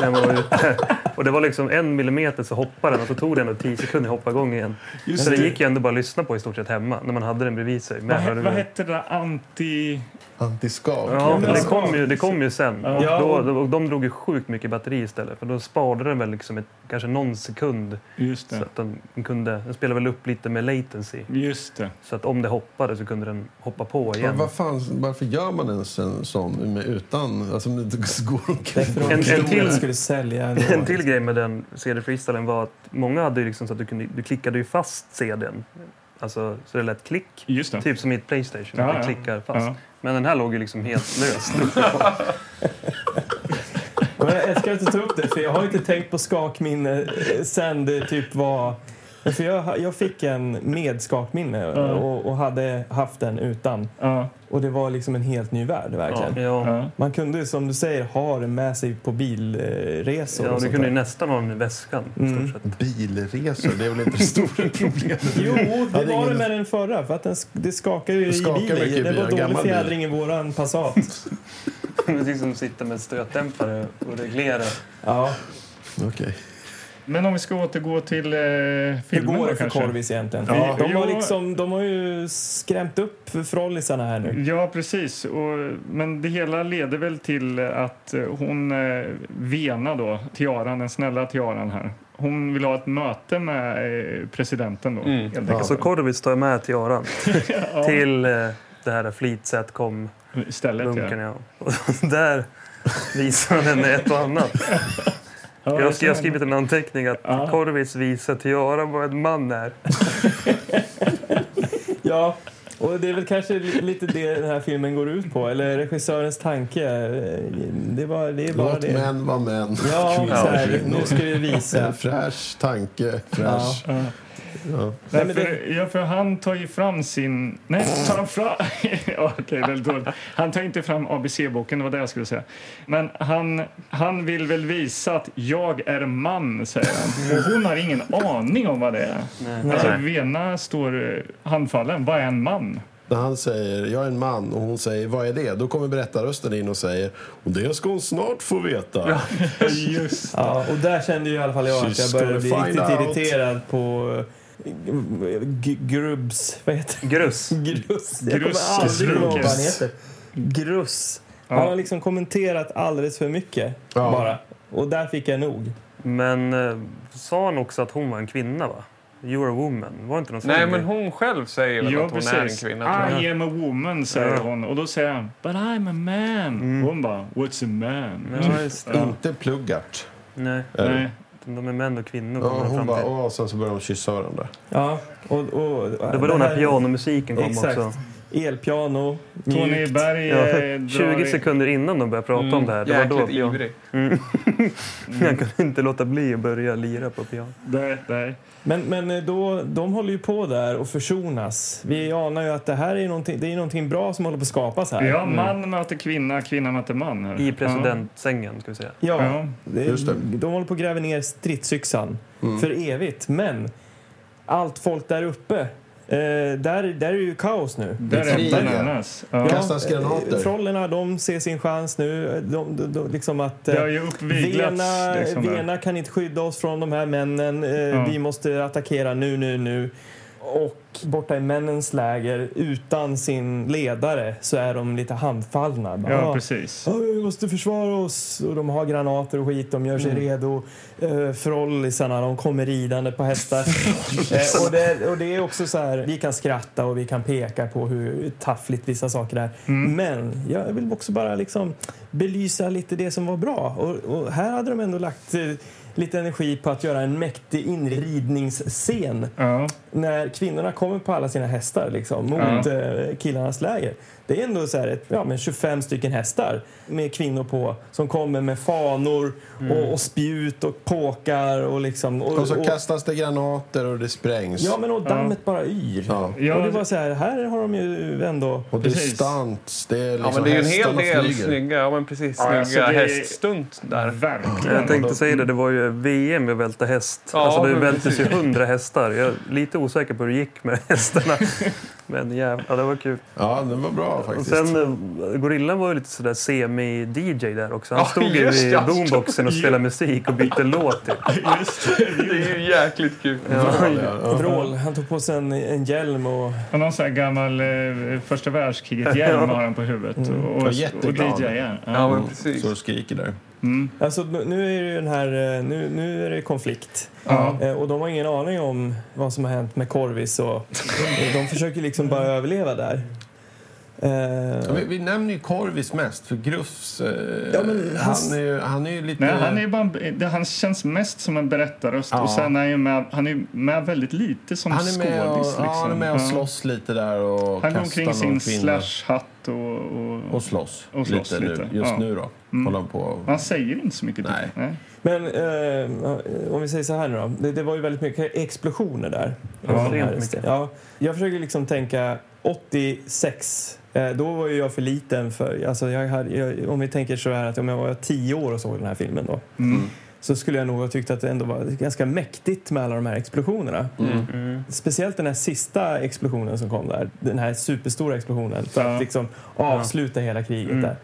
när man var ute. Och det var liksom en millimeter så hoppade den och så tog det ändå tio sekunder att hoppa igång igen. så det gick ju ändå bara att lyssna på i stort sett hemma när man hade den bredvid sig.
Vad,
Men
he- vad hette det där anti...
Antiskak.
Ja, men det
liksom.
kom ju, det kom ju sen. Och
Ja,
då,
och-
då, och de drog ju sjukt mycket batteri istället. För då sparade den väl liksom ett, kanske någon sekund.
Just
Så
det.
att den, den kunde, den spelade väl upp lite med latency.
Just det.
Så att om det hoppade så kunde den hoppa på
Men
igen.
vad fan, varför gör man ens en sån med utan... Alltså, om det [LAUGHS] går omkring.
Därför
En- en
de tror att
till-
de skulle sälja. ändå.
[LAUGHS] En till grej med den CD freestylen var att många hade ju liksom så att du, kunde, du klickade ju fast CDn. Alltså, så det lät klick.
Just det.
Typ som i ett Playstation,
Ja,
att
ja.
det klickar fast.
Ja.
Men den här låg ju liksom helt löst.
Och jag älskar att du tar upp det, för jag har inte tänkt på skakminne eh, sen det typ var... För jag, jag fick en med skakminne och, och hade haft den utan.
Ja.
Och det var liksom en helt ny värld verkligen.
ja.
Ja.
Man kunde som du säger ha den med sig på bilresor.
Ja,
och
du
sånt
kunde ju
där.
nästan ha den i väskan. i
Mm.
stort sett.
Bilresor, det är väl inte det stora problemet?
Jo, det
Hade
var det
ingen-
med den förra. För att den, sk- det skakade ju
Det skakar
i bilen.
mycket i
Det
bilen,
var dålig
gammal bil.
fjädring i våran Passat.
[LAUGHS] Precis som sitta med stötdämpare och reglera.
Ja,
Okej.
Men om vi ska återgå till eh,
hur
filmen
går
då
det för
kanske.
Corvis egentligen?
Ja.
De, har
Jo.
liksom, de har ju skrämt upp för frollisarna här nu.
Ja, precis. Och, men det hela leder väl till att eh, hon, eh, Vena då, tiaran, den snälla tiaran här, hon vill ha ett möte med eh, presidenten
Mm.
då. helt enkelt.
Så Korvis tar med [LAUGHS] tiaran
Ja,
till eh, det här flitset kom
stället
bunkern
ja.
ja. Och [LAUGHS] där visar han henne ett och annat.
Ja,
Jag har, jag har skrivit en anteckning att
Ja.
Korvis visar tiaran vad en man är.
Ja, och det är väl kanske li- lite det den här filmen går ut på. Eller regissörens tanke. eh, Det, var, det är bara
Låt
det.
män vara män.
Ja,
kvinnor
så här,
kvinnor. [LAUGHS]
nu ska vi visa.
En fräsch tanke, fräsch Ja.
Nej, för, ja, för han tar ju fram sin... Nej, tar han fram... [LAUGHS] Ja, Okej, väldigt dåligt. Han tar inte fram ABC-boken, det var det jag skulle säga. Men han, han vill väl visa att jag är man, säger han. Och hon har ingen aning om vad det är.
Nej.
Alltså,
Nej.
Vena står eh, handfallen. Vad är en man?
När han säger jag är en man och hon säger vad är det? Då kommer berättarrösten in och säger och det ska hon snart få veta.
[LAUGHS]
Just
ja, och där kände ju i alla fall jag att jag
She's
började
gonna
bli
find
riktigt
out.
irriterad på eh, g- Grubbs... Vad heter det? [LAUGHS]
Gruss.
Gruss. Jag kommer
Gruss.
aldrig ihåg vad han
Gruss.
heter. Gruss.
Ja.
Han har liksom kommenterat alldeles för mycket
Ja.
bara. Och där fick jag nog.
Men eh, sa han också att hon var en kvinna va? You're a woman. Var det inte någon sån
Nej,
grej?
men hon själv säger väl
Ja,
att hon
precis. Ah.
är en kvinna. tror jag.
I am a woman, säger
Ja. Mm.
hon. Och då säger han, but I'm a man. Och hon bara, what's a man?
Ja, just det.
Inte pluggart.
Nej.
Nej.
De är män och kvinnor.
Ja,
kommer de
hon
fram
bara,
till.
och sen så börjar de kyssa varandra.
Ja, och, och,
det var då
det
när
här-
pianomusiken kom
Exakt.
också.
Elpiano.
Tony
mjukt.
Berg, Ja, eh,
[LAUGHS]
20 drar i- sekunder innan de började prata om det här, det var då
Mm, Jäkligt
pian-
ivrig.
Mm. [LAUGHS] Jag kunde inte låta bli att börja lira på piano.
Nej, nej.
Men, men eh, då, de håller ju på där och försonas. Vi anar ju att det här är någonting, det är någonting bra som håller på att skapas här.
Ja, man möter kvinna, kvinna möter man.
Mm.
Här.
I
presidentsängen, ska vi säga.
Ja,
Ja.
det,
Just det.
de håller på att gräva ner stridsyxan
Mm.
för evigt. Men allt folk där uppe, eh, där, där är ju kaos nu.
Där är
Liksom.
bananas. Ja.
Ja,
Kastas
eh,
granater.
Trollerna, de ser sin chans nu. De, de, de, liksom att,
Det har ju uppviglats,
Vena,
liksom, där.
Vena kan inte skydda oss från de här männen. Eh,
Ja.
Vi måste attackera nu, nu, nu. Och borta i männens läger, utan sin ledare, så är de lite handfallna. Bara,
Ja,
"Ah,
precis.
Ja, vi måste försvara oss. Och de har granater och skit. De gör sig
Mm.
redo. Eh, Frollisarna, de kommer ridande på hästar. eh, och, det, och det är också så här, vi kan skratta och vi kan peka på hur taffligt vissa saker är. Men jag vill också bara liksom belysa lite det som var bra. Och, och här hade de ändå lagt eh, lite energi på att göra en mäktig inridningsscen. När kvinnorna kommer på alla sina hästar liksom, mot
Ja.
eh, killarnas läger. Det är ändå så här ett, ja, men 25 stycken hästar med kvinnor på som kommer med fanor och, och spjut och påkar och liksom...
Och så kastas det granater och det sprängs.
Ja, men och dammet bara yr.
Ja.
Och det var så här, här har de ju ändå...
Och det är stunts, det är liksom
ja, men det är ju en hel
hästarna
del
flyger.
snygga, ja, men precis,
Ja,
snygga
alltså det är-
häststunt där.
Verkligen.
Jag tänkte säga det, det var ju VM i att välta häst.
mm. Ja,
alltså det
men
vältes ju
precis.
hundra hästar. Jag är lite osäker på hur det gick med [LAUGHS]
[LAUGHS]
hästarna. Men jävlar, ja, det var kul.
Ja, det var bra faktiskt.
Och sen, eh, Gorillan var ju lite sådär semi-DJ där också. Han
Ja,
stod ju
just
i
det, han stod-
boomboxen och spelade musik
[LAUGHS]
och bytte låt. typ.
Det är ju jäkligt kul.
Vrål, han tog på sig en, en hjälm och...
Och någon sån här gammal eh, första världskriget-hjälm har han på huvudet.
Mm.
Och, och,
Ja,
och
jätteglad.
DJar.
Ja, men precis.
Så skriker där.
Mm.
Alltså, nu- nu är det ju den här, eh, nu, nu är det konflikt.
Ja.
Eh, Och de har ingen aning om vad som har hänt med Corvis och eh, de försöker liksom bara överleva där. Eh,
Ja, vi, vi nämner ju Korvis mest, för Gruffs... Eh,
Ja, men
han,
han-
är ju, han är ju lite...
Nej, han, är ju bara, en- det- han känns mest som en berättarröst
Ja.
och sen är han, ju med, han är med väldigt lite som
han är
skådis.
med och,
liksom.
ja, han är med och slåss lite där
Ja.
och
Han
kastar
går omkring
någon
sin
kvinna.
slash-hatt och, och,
Och slåss,
och slåss
lite,
lite.
Nu, just
Ja.
nu då.
Mm. typ.
Håller han på och...
Han säger inte så mycket. tycker
Nej.
jag. Nej.
Men eh, om vi säger så här nu då. Det, det var ju väldigt mycket explosioner där.
Ja,
Den här-
extremt mycket.
Ja, jag försöker liksom tänka 86. Eh, då var ju jag för liten för... Alltså jag hade, jag, om vi tänker så här att om jag var tio år och såg den här filmen då.
Mm.
Så skulle jag nog ha tyckt att det ändå var ganska mäktigt med alla de här explosionerna.
Mm.
Speciellt den här sista explosionen som kom där. Den här superstora explosionen för att liksom avsluta hela kriget
Mm.
där.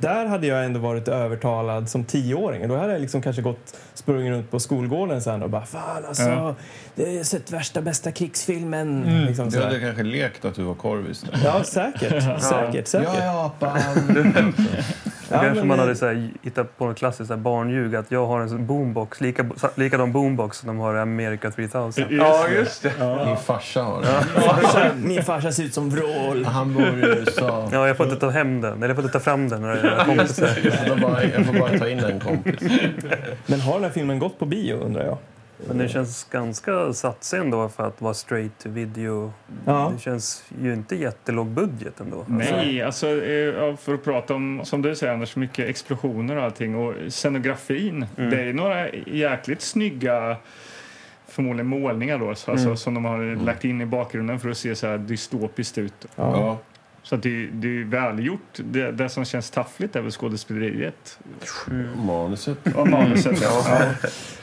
Där hade jag ändå varit övertalad som tioåring. Då hade jag liksom kanske gått sprungit runt på skolgården sen och bara Fan alltså,
Ja.
det har jag sett värsta bästa krigsfilmen. Liksom
du
sådär.
hade kanske lekt att du var Korvis där.
Ja, säkert. Säkert, säkert.
Ja, Japan.
[LAUGHS]
Då kanske
men
man
det-
hade så här, hittat på något klassiskt så här barnljug att jag har en sån boombox, lika, likadan boombox som de har i America 3000.
Ja, just det. Min farsa har det.
Farsa, [LAUGHS] min farsa ser ut som vrål.
Han bor i USA.
Ja, jag får inte ta hem den, eller jag får inte ta fram den när jag har kompisar.
Jag får bara- jag får bara ta in en kompis.
Men har den här filmen gått på bio undrar jag?
Men det känns ganska satsig ändå för att vara straight to video.
Ja.
Det känns ju inte jättelåg budget ändå.
liksom-
Nej, alltså, eh, ja, för att prata om, som du säger Anders, mycket
Mm.
explosioner och allting och scenografin. Det är några jäkligt snygga förmodligen målningar då, så,
Mm.
alltså, som de har lagt in i bakgrunden för att se så här dystopiskt ut.
Ja.
Så att det, det är ju välgjort. Det, det som känns taffligt är väl skådespeleriet
Manuset. [CLEARS THROAT] Eh,
och manuset. ja.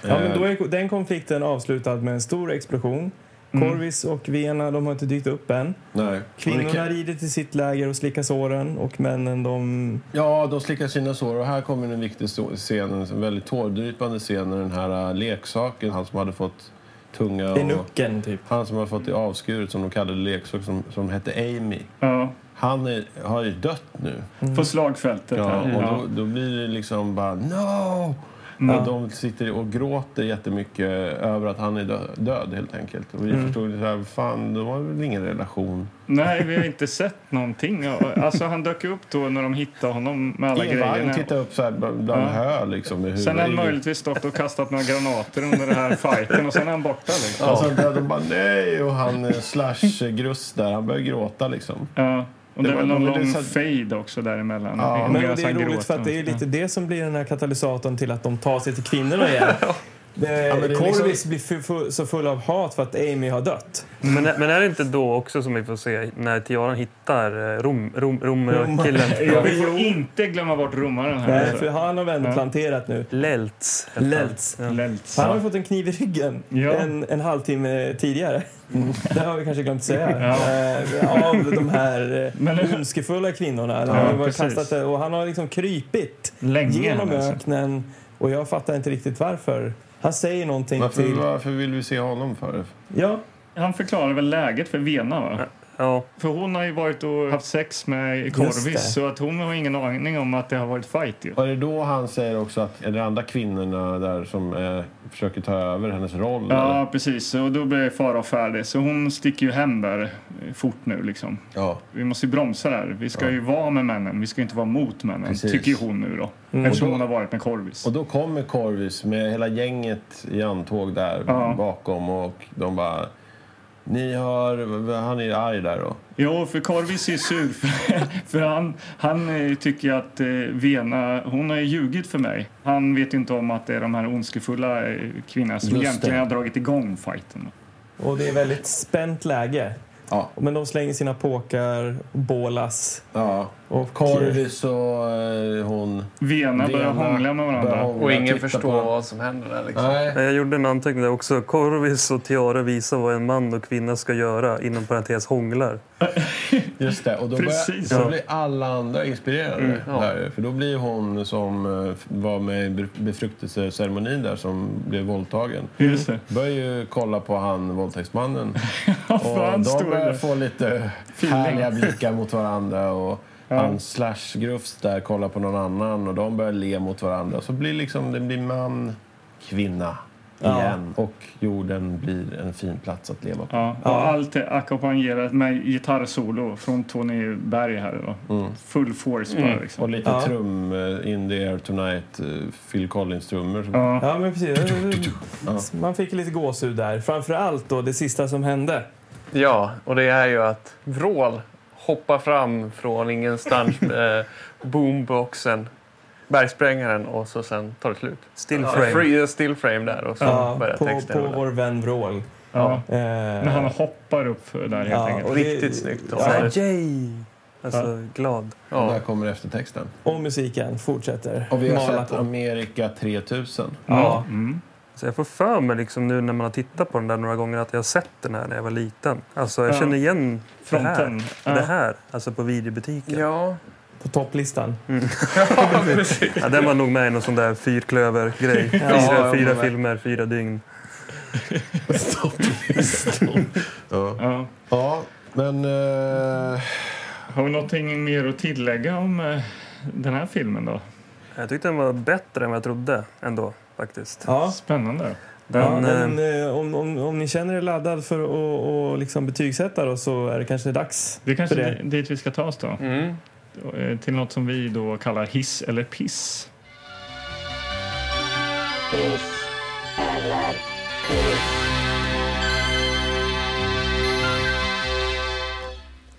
Ja, men då är den konflikten avslutad med en stor explosion. Corvis och Vena de har inte dykt upp än.
Nej.
Kvinnorna
Och det kan-
rider till sitt läger och slickar såren och männen de...
Ja, de slickar sina sår. Och här kommer en viktig sto- scen, en väldigt tårdrypande scen när den här äh, leksaken, han som hade fått tunga
Det är
och...
nucken typ.
Han som har fått det avskuret som de kallade leksak som, som hette Amy.
Ja.
Han är, har ju dött nu.
På slagfältet.
Mm. Ja,
här.
och
Ja.
då, då blir det liksom bara no! Och de sitter och gråter jättemycket över att han är dö- död helt enkelt. Och vi
Mm.
förstod det så här, fan de har väl ingen relation.
Nej, vi har inte sett någonting. Alltså, han dök upp då när de hittade honom med alla
Evan
grejerna.
tittar upp så här bland bland
Ja.
hö liksom. Med
Sen har han
huvudet.
möjligtvis stått och kastat några granater under den här fighten och sen är han borta. Liksom.
Och sen började Alltså, de bara nej och han eh, slash gruss där, han började gråta liksom.
Ja. Och
Det
det, är
var-
väl någon
det är
lång
så att-
fade också däremellan.
Ja.
medan
Men det är
han
roligt
gråter.
för att det är lite det som blir den här katalysatorn till att de tar sig till kvinnorna igen. Det,
men det är
Corvis
liksom-
blir fu- fu- så full av hat för att Amy har dött.
Men, men är det inte då också som vi får se när Tiaran hittar eh, rom, rom, romkillen?
[LAUGHS] Ja, vi får inte glömma bort romaren här. alltså.
Nej, för han har väl ändå planterat nu.
Lelts. heter han.
Lelts.
Ja.
Lelts.
Han har ju fått en kniv i ryggen
Ja.
en, en halvtimme tidigare. Det har vi kanske glömt säga.
Ja.
Eh, Av de här
Men-
eh, ondskefulla kvinnorna. Han
Ja,
har ju varit
precis.
kastat, det- och han har liksom krypit
Länge,
genom
alltså.
öknen. Och jag fattar inte riktigt varför. Han säger någonting
Varför,
till...
varför vill vi se honom för?
Ja,
Han förklarar väl läget för Vena, va?
Ja.
För hon har ju varit och haft sex med
Just det.
Corvis så att hon har ingen aning om att det har varit fight ju.
Och det är då han säger också att är det andra kvinnorna där som eh, försöker ta över hennes roll? eller?
Ja, precis. Och då blir Farao färdig. Så hon sticker ju hem där eh, fort nu liksom.
ja.
Vi måste ju bromsa där. Vi ska ju vara med männen. Vi ska ju inte vara mot männen,
Precis. Mm.
tycker ju hon nu då. Eftersom hon har varit med Corvis.
Och då kommer Corvis med hela gänget i antåg där
Ja.
bakom och de bara... Ni har... Han är arg där då.
Jo, för Corvis är ju sur. [LAUGHS] För, för han, han eh, tycker ju att eh, Vena, hon har ju ljugit för mig. Han vet ju inte om att det är de här ondskefulla eh, kvinnorna som
Just
egentligen
det.
har dragit igång fighten.
och det är väldigt spänt läge.
Ja.
Men de slänger sina påkar, bålas.
ja.
Och
Corvis och eh, hon...
Vena börjar
Vena
hångla med
börjar
varandra.
hångla,
Och ingen
titta
förstår
på-
vad som händer där. Liksom.
Nej.
Jag gjorde en anteckning där också. Korvis och Tiara visar vad en man och kvinna ska göra, inom parentes hånglar.
Just det. Och då,
Precis, Mm.
börjar,
ja.
då blir alla andra inspirerade. där, för då blir hon som eh, var med i bef- befruktelseceremonin där som blev våldtagen.
Just det. [LAUGHS]
Börjar ju kolla på han våldtäktsmannen.
Ja,
Och
för han
de
står
börjar
där.
få lite härliga blickar mot varandra. Och han slash grufs där kollar på någon annan och de börjar le mot varandra. Så blir liksom, det blir man, kvinna igen. Och jorden blir en fin plats att leva på.
Ja, och allt är ackompanjerat med gitarrsolo från Tony Berg här då.
Mm.
Full force bara liksom.
Och lite trum, eh, In the air tonight, eh, Phil Collins-trummor. som-
Ja.
Ja, men precis. Man fick lite gåshud där. Framförallt då det sista som hände.
Ja, och det är ju att Vrål hoppar fram
[LAUGHS]
från ingenstans med boomboxen, bergsprängaren och så sen tar det slut.
Still
Ja,
frame.
Free eh, still frame där och så
Ja,
börjar
på,
texten.
på
rulla.
vår vän Vrål. Eh,
Ja. När han hoppar upp där helt
ja,
enkelt.
och det-
Riktigt snyggt.
Ja,
Så här, yay! Alltså, glad.
Och
Ja.
Där kommer eftertexten.
och musiken fortsätter.
Och vi har
mala
sett Amerika 3000.
Ja.
Mm.
Så jag får för mig liksom nu när man har tittat på den där några gånger att jag har sett den här när jag var liten. Alltså, jag
Ja.
känner igen
Fronten. Ja.
det här. Det här, alltså på videobutiken. Ja.
Ja,
På topplistan.
den var nog med i någon sån där fyrklöver-grej. Fyra,
ja,
fyra
men-
filmer, fyra dygn.
[LAUGHS] Ja.
Ja, men... eh,
Har vi någonting mer att tillägga om eh, den här filmen då?
Jag tyckte den var bättre än vad jag trodde ändå, faktiskt.
Ja.
Spännande.
Ja,
Den, eh,
men, eh, om, om, om ni känner er laddad för att att liksom betygsätta då, så är det kanske dags.
Det är kanske
För
det.
det.
dit vi ska ta oss då.
mm,
Eh, Till något som vi då kallar hiss eller piss.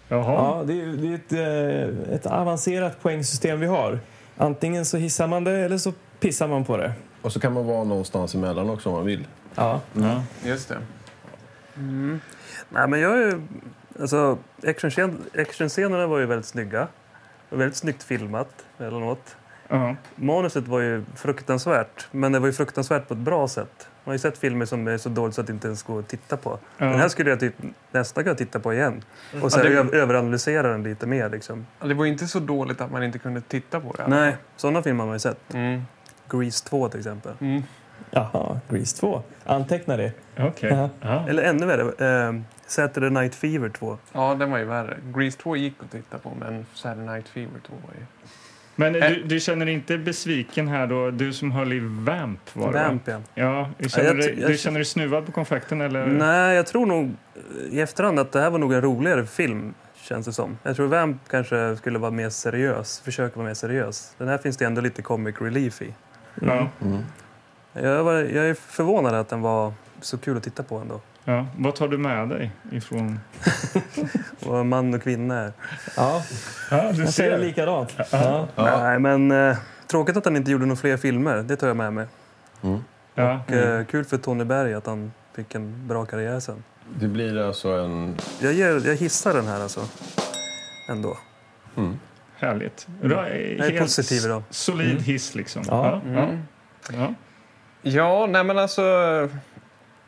Jaha.
Ja, det, är- det är ett, eh, ett avancerat poängsystem vi har. Antingen så hissar man det eller så pissar man på det.
Och så kan man vara någonstans emellan också om man vill.
Ja.
Ja.
Just det.
Mm. Nej, men jag är ju... Alltså, actionscen- actionscenerna var ju väldigt snygga. Och väldigt snyggt filmat, emellanåt.
Ja.
Manuset var ju fruktansvärt, men det var ju fruktansvärt på ett bra sätt. Man har ju sett filmer som är så dåligt så att det inte ens går att titta på.
Ja.
Den här skulle jag typ nästan kunna titta på igen.
Mm.
Och sen
Ja, det-
ö- överanalysera den lite mer. Liksom.
Ja, Det var ju inte så dåligt att man inte kunde titta på det.
Nej, sådana filmer har man ju sett.
Mm.
Grease 2 till exempel.
Mm.
Jaha, Grease 2. Anteckna det.
Okej.
Ja. Mm.
Ja.
Eller ännu värre, eh, Saturday Night Fever 2.
Ja, den var ju värre. Grease 2 gick att titta på, men Saturday Night Fever 2 var ju...
Men
Eh.
du, du känner dig inte besviken här då? Du som höll i Vamp var det va?
Vamp, ja.
Ja, känner,
jag
du,
ty- jag
du
ty-
känner dig snuvad på konfekten eller?
Nej, jag tror nog eh, i efterhand att det här var nog en roligare film. Känns det som. Jag tror Vamp kanske skulle vara mer seriös. Försöka vara mer seriös. Den här finns det ändå lite comic relief i.
Ja,
Mm.
Jag, var, jag är förvånad att den var så kul att titta på ändå.
ja. Vad tar du med dig ifrån?
Och man och kvinna är.
Ja,
Ja, du
jag
ser.
säger likadant. Ja.
Nej, men eh, tråkigt att han inte gjorde några fler filmer. Det tar jag med mig.
Ja.
Och, eh, kul för Tony Berg att han fick en bra karriär sen.
Det blir alltså en...
Jag, ger, jag hissar den här alltså. Ändå.
Mm.
Härligt. Bra, eh,
Mm. Jag är
helt
positiv idag. Mm.
Solid hiss liksom.
Ja.
Ja.
Mm.
Ja.
Ja, nej men alltså...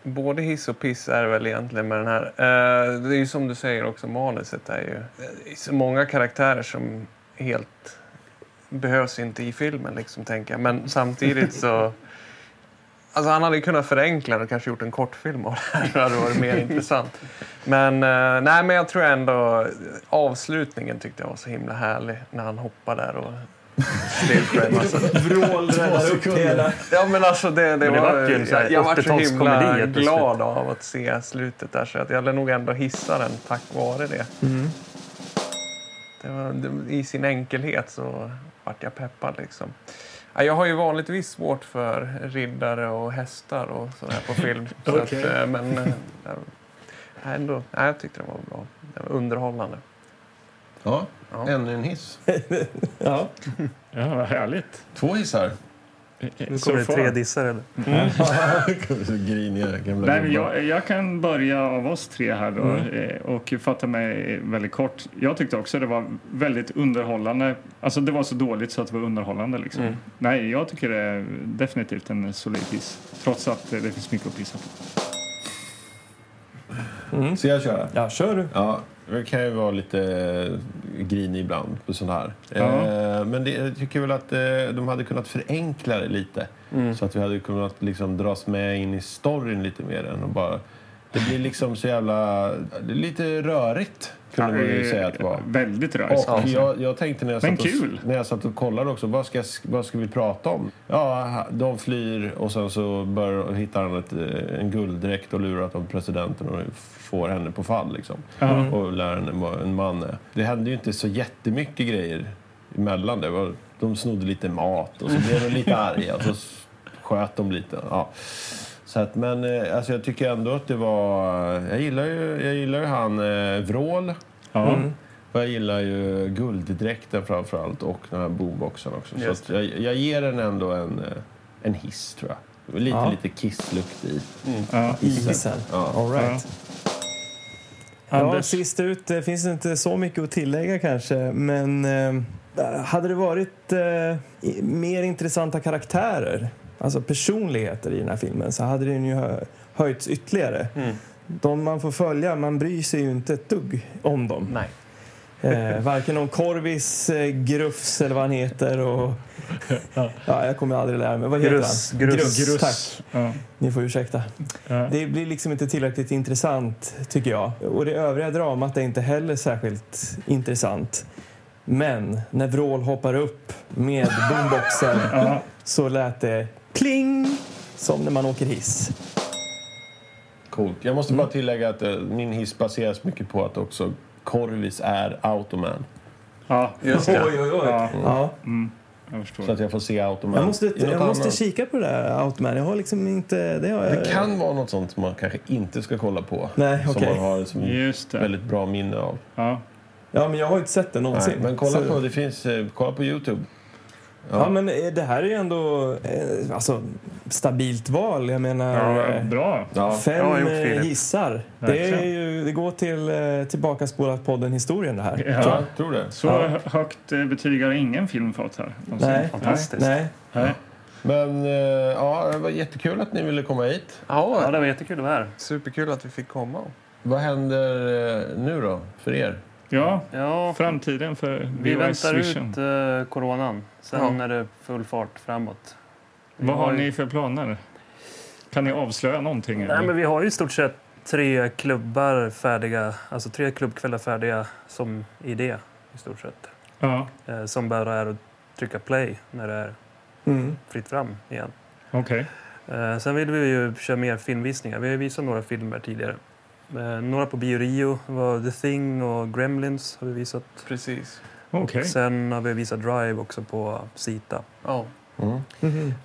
Både hiss och piss är det väl egentligen med den här. Eh, det är ju som du säger också, manuset är ju... Det är så många karaktärer som helt behövs inte i filmen, liksom, tänker jag. Men samtidigt så... Alltså han hade ju kunnat förenkla det och kanske gjort en kortfilm av det här. Det hade varit mer intressant. Men, eh, nej, men jag tror ändå... Avslutningen tyckte jag var så himla härlig när han hoppar där och... Stage alltså.
Vrål räddar upp hela...
Ja, men alltså det, det,
det
var,
vart ju en sån här
jag, jag var så
80-talskomedi helt
himla
plötsligt.
glad av att se slutet där så att jag hade nog ändå hissa den tack vare det. det, var, det I sin enkelhet så vart jag peppad liksom. Ja, Jag har ju vanligtvis svårt för riddare och hästar och sådär på
[LAUGHS]
film. så att,
Okej.
eh, men eh, jag- ändå, nej, jag tyckte den var bra. Den var underhållande.
Ja,
Ja.
ännu en hiss.
Ja.
ja, vad härligt. Eh,
Två hissar.
Nu kommer det
So far.
tre dissar. Eller?
[LAUGHS] Griniga gamla
Nej, men
gubbar.
jag, jag kan börja av oss tre här då,
Mm.
eh, och fatta mig väldigt kort. Jag tyckte också det var väldigt underhållande. Alltså det var så dåligt så att det var underhållande liksom.
Mm.
Nej, jag tycker det är definitivt en solid hiss. Trots att eh, det finns mycket att pissa på.
Ska jag köra?
Mm. ja, kör du.
Ja, det kan ju vara lite grinig ibland på sånt här.
Ja.
Eh, Men det, jag tycker väl att eh, de hade kunnat förenkla det lite. Så att vi hade kunnat liksom dras med in i storyn lite mer än och bara... Det blir liksom så jävla... det är Lite rörigt, kunde man ju
Eh,
säga att det var.
Väldigt rörigt.
Och jag, jag tänkte när jag,
Men
satt
kul.
och, när jag satt och kollade också, vad ska, jag sk- vad ska vi prata om? Ja, de flyr och sen så börjar, hittar han ett, eh, en gulddräkt och lurat av presidenten och får henne på fall liksom. Och lär henne vad en man är. Det hände ju inte så jättemycket grejer emellan. Det var, de snodde lite mat och så blev de
[LAUGHS]
lite arga och så s- sköt de lite. Ja. Så att, men eh, alltså jag tycker ändå att det var... Jag gillar ju, jag gillar ju han eh, Vrål.
Ja.
Mm.
Mm.
Och Jag gillar ju gulddräkten framför allt och den här boomboxen också. Så
Just
att jag, jag ger den ändå en, eh, en hiss, tror jag. Det var Lite,
Ja.
lite kisslukt i.
Mm.
Ja.
Isen. All right. Ja,
Anders?
sist ut. Det finns inte så mycket att tillägga kanske, men eh, hade det varit eh, i- mer intressanta karaktärer, alltså personligheter i den här filmen, så hade den ju hö- höjts ytterligare.
Mm.
De man får följa, man bryr sig ju inte ett dugg om dem.
Nej.
Eh, varken om Korvis, eh, Grufs eller vad han heter och... ja, jag kommer aldrig lära mig. Vad heter
Gruss,
han?
Gruss.
Gruss. Tack.
Ja.
Ni får ursäkta.
Ja.
Det blir liksom inte tillräckligt intressant, tycker jag. Och det övriga dramat är inte heller särskilt intressant. Men när Vrål hoppar upp med
[LAUGHS]
boomboxen
Ja.
så lät det pling! Som när man åker hiss.
Coolt. Jag måste bara tillägga att eh, min hiss baseras mycket på att också Corvis är Automan.
Ja.
Just det.
oj, oj.
Ja.
Ja.
Mm. Jag förstår.
Så att jag får se Automan
Jag måste,
i något
jag måste
annat.
kika på det där Outman. Jag har liksom inte... Det, har jag,
Det kan vara något sånt som man kanske inte ska kolla på.
Nej,
Som
okej.
man har som
Just det.
väldigt bra minne av.
Ja.
Ja, men jag har inte sett det någonsin.
Nej, men kolla
Så-
på, det finns, eh, kolla på Youtube.
Ja, men eh, det här är ju ändå... eh, Alltså, stabilt val. Jag menar, eh,
Ja, bra. Ja.
fem
Bra gjort,
eh,
Filip.
gissar. Det, är
Verkligen.
ju, det går till eh, Tillbakaspolat podden Historien det här.
Ja,
tror jag.
tror det.
Så
Ja.
hö- högt eh, betyg har ingen film fått här. någonsin.
Nej. Nej.
Nej.
Men eh, ja, det var jättekul att ni ville komma hit.
Ja,
det var jättekul att vara här.
Superkul att vi fick komma.
Vad händer eh, nu då, för er?
Ja,
Ja,
framtiden för
vi
VHS
väntar
Vision.
ut eh, coronan. Sen är det full fart framåt. Vi
Vad har
ju-
ni för planer? Kan ni avslöja någonting? eller?
Nej, men vi har ju i stort sett tre klubbar färdiga, alltså tre klubbkvällar färdiga som idé i stort sett.
Ja,
Eh, som bara är att trycka play när det är
Mm.
fritt fram igen.
okej.
Eh, sen vill vi ju köra mer filmvisningar. Vi har ju visat några filmer tidigare. Eh, några på Bio Rio var The Thing och Gremlins har vi visat.
Precis.
Okej.
Och sen har vi visat Drive också på Sita.
Ja.
Mm.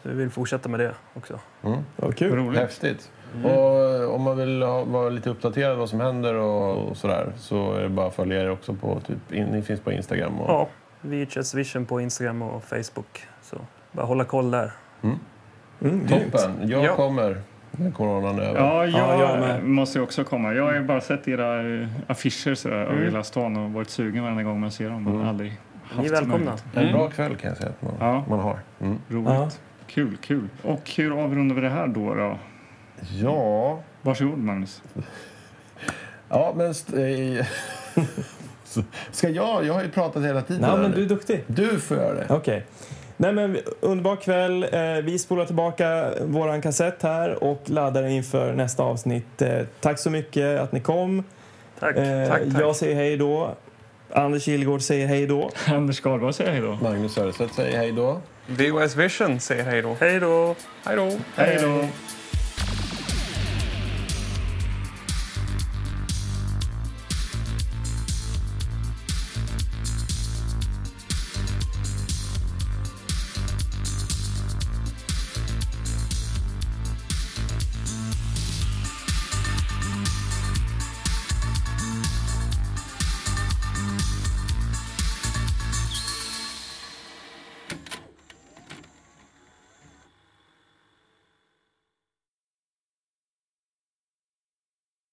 Så vi vill fortsätta med det också.
Mm.
Mhm. Vad kul.
Roligt.
Häftigt. Och eh, om man vill ha, vara lite uppdaterad vad som händer och, och sådär så är det bara att följa er också på typ, in, ni finns på Instagram och...
Ja, VHS Vision på Instagram och Facebook. Så bara hålla koll där.
Mm,
Toppen! Jag
Ja.
kommer när coronan är över.
Ja,
Ja,
jag
jag med.
måste ju också komma. Jag har ju bara sett era eh, affischer sådär, över hela stan och varit sugen varenda gång man ser dem.
Mm.
Men aldrig haft
Mm. Ni är välkomna.
möjlighet.
En bra kväll kan jag säga att man,
Ja.
man har. Mm.
Roligt. Kul, kul. Och hur avrundar vi det här då? då?
Ja...
Varsågod, Magnus.
Ja, men... St- eh, [LAUGHS] Ska jag? Jag har ju pratat hela tiden.
Nej,
här
men
nu.
du är duktig.
Du får göra det.
Okej. Nej, men underbar kväll. Eh, Vi spolar tillbaka våran kassett här och laddar inför nästa avsnitt. Eh, Tack så mycket att ni kom.
Tack.
Eh,
tack, tack.
Jag säger hej då. Anders Kilgård säger hej då.
Anders Skalberg säger hej då.
Magnus Söderstedt säger hej då.
VOS Vision säger hej då.
Hej då!
Hej då!
Hej då!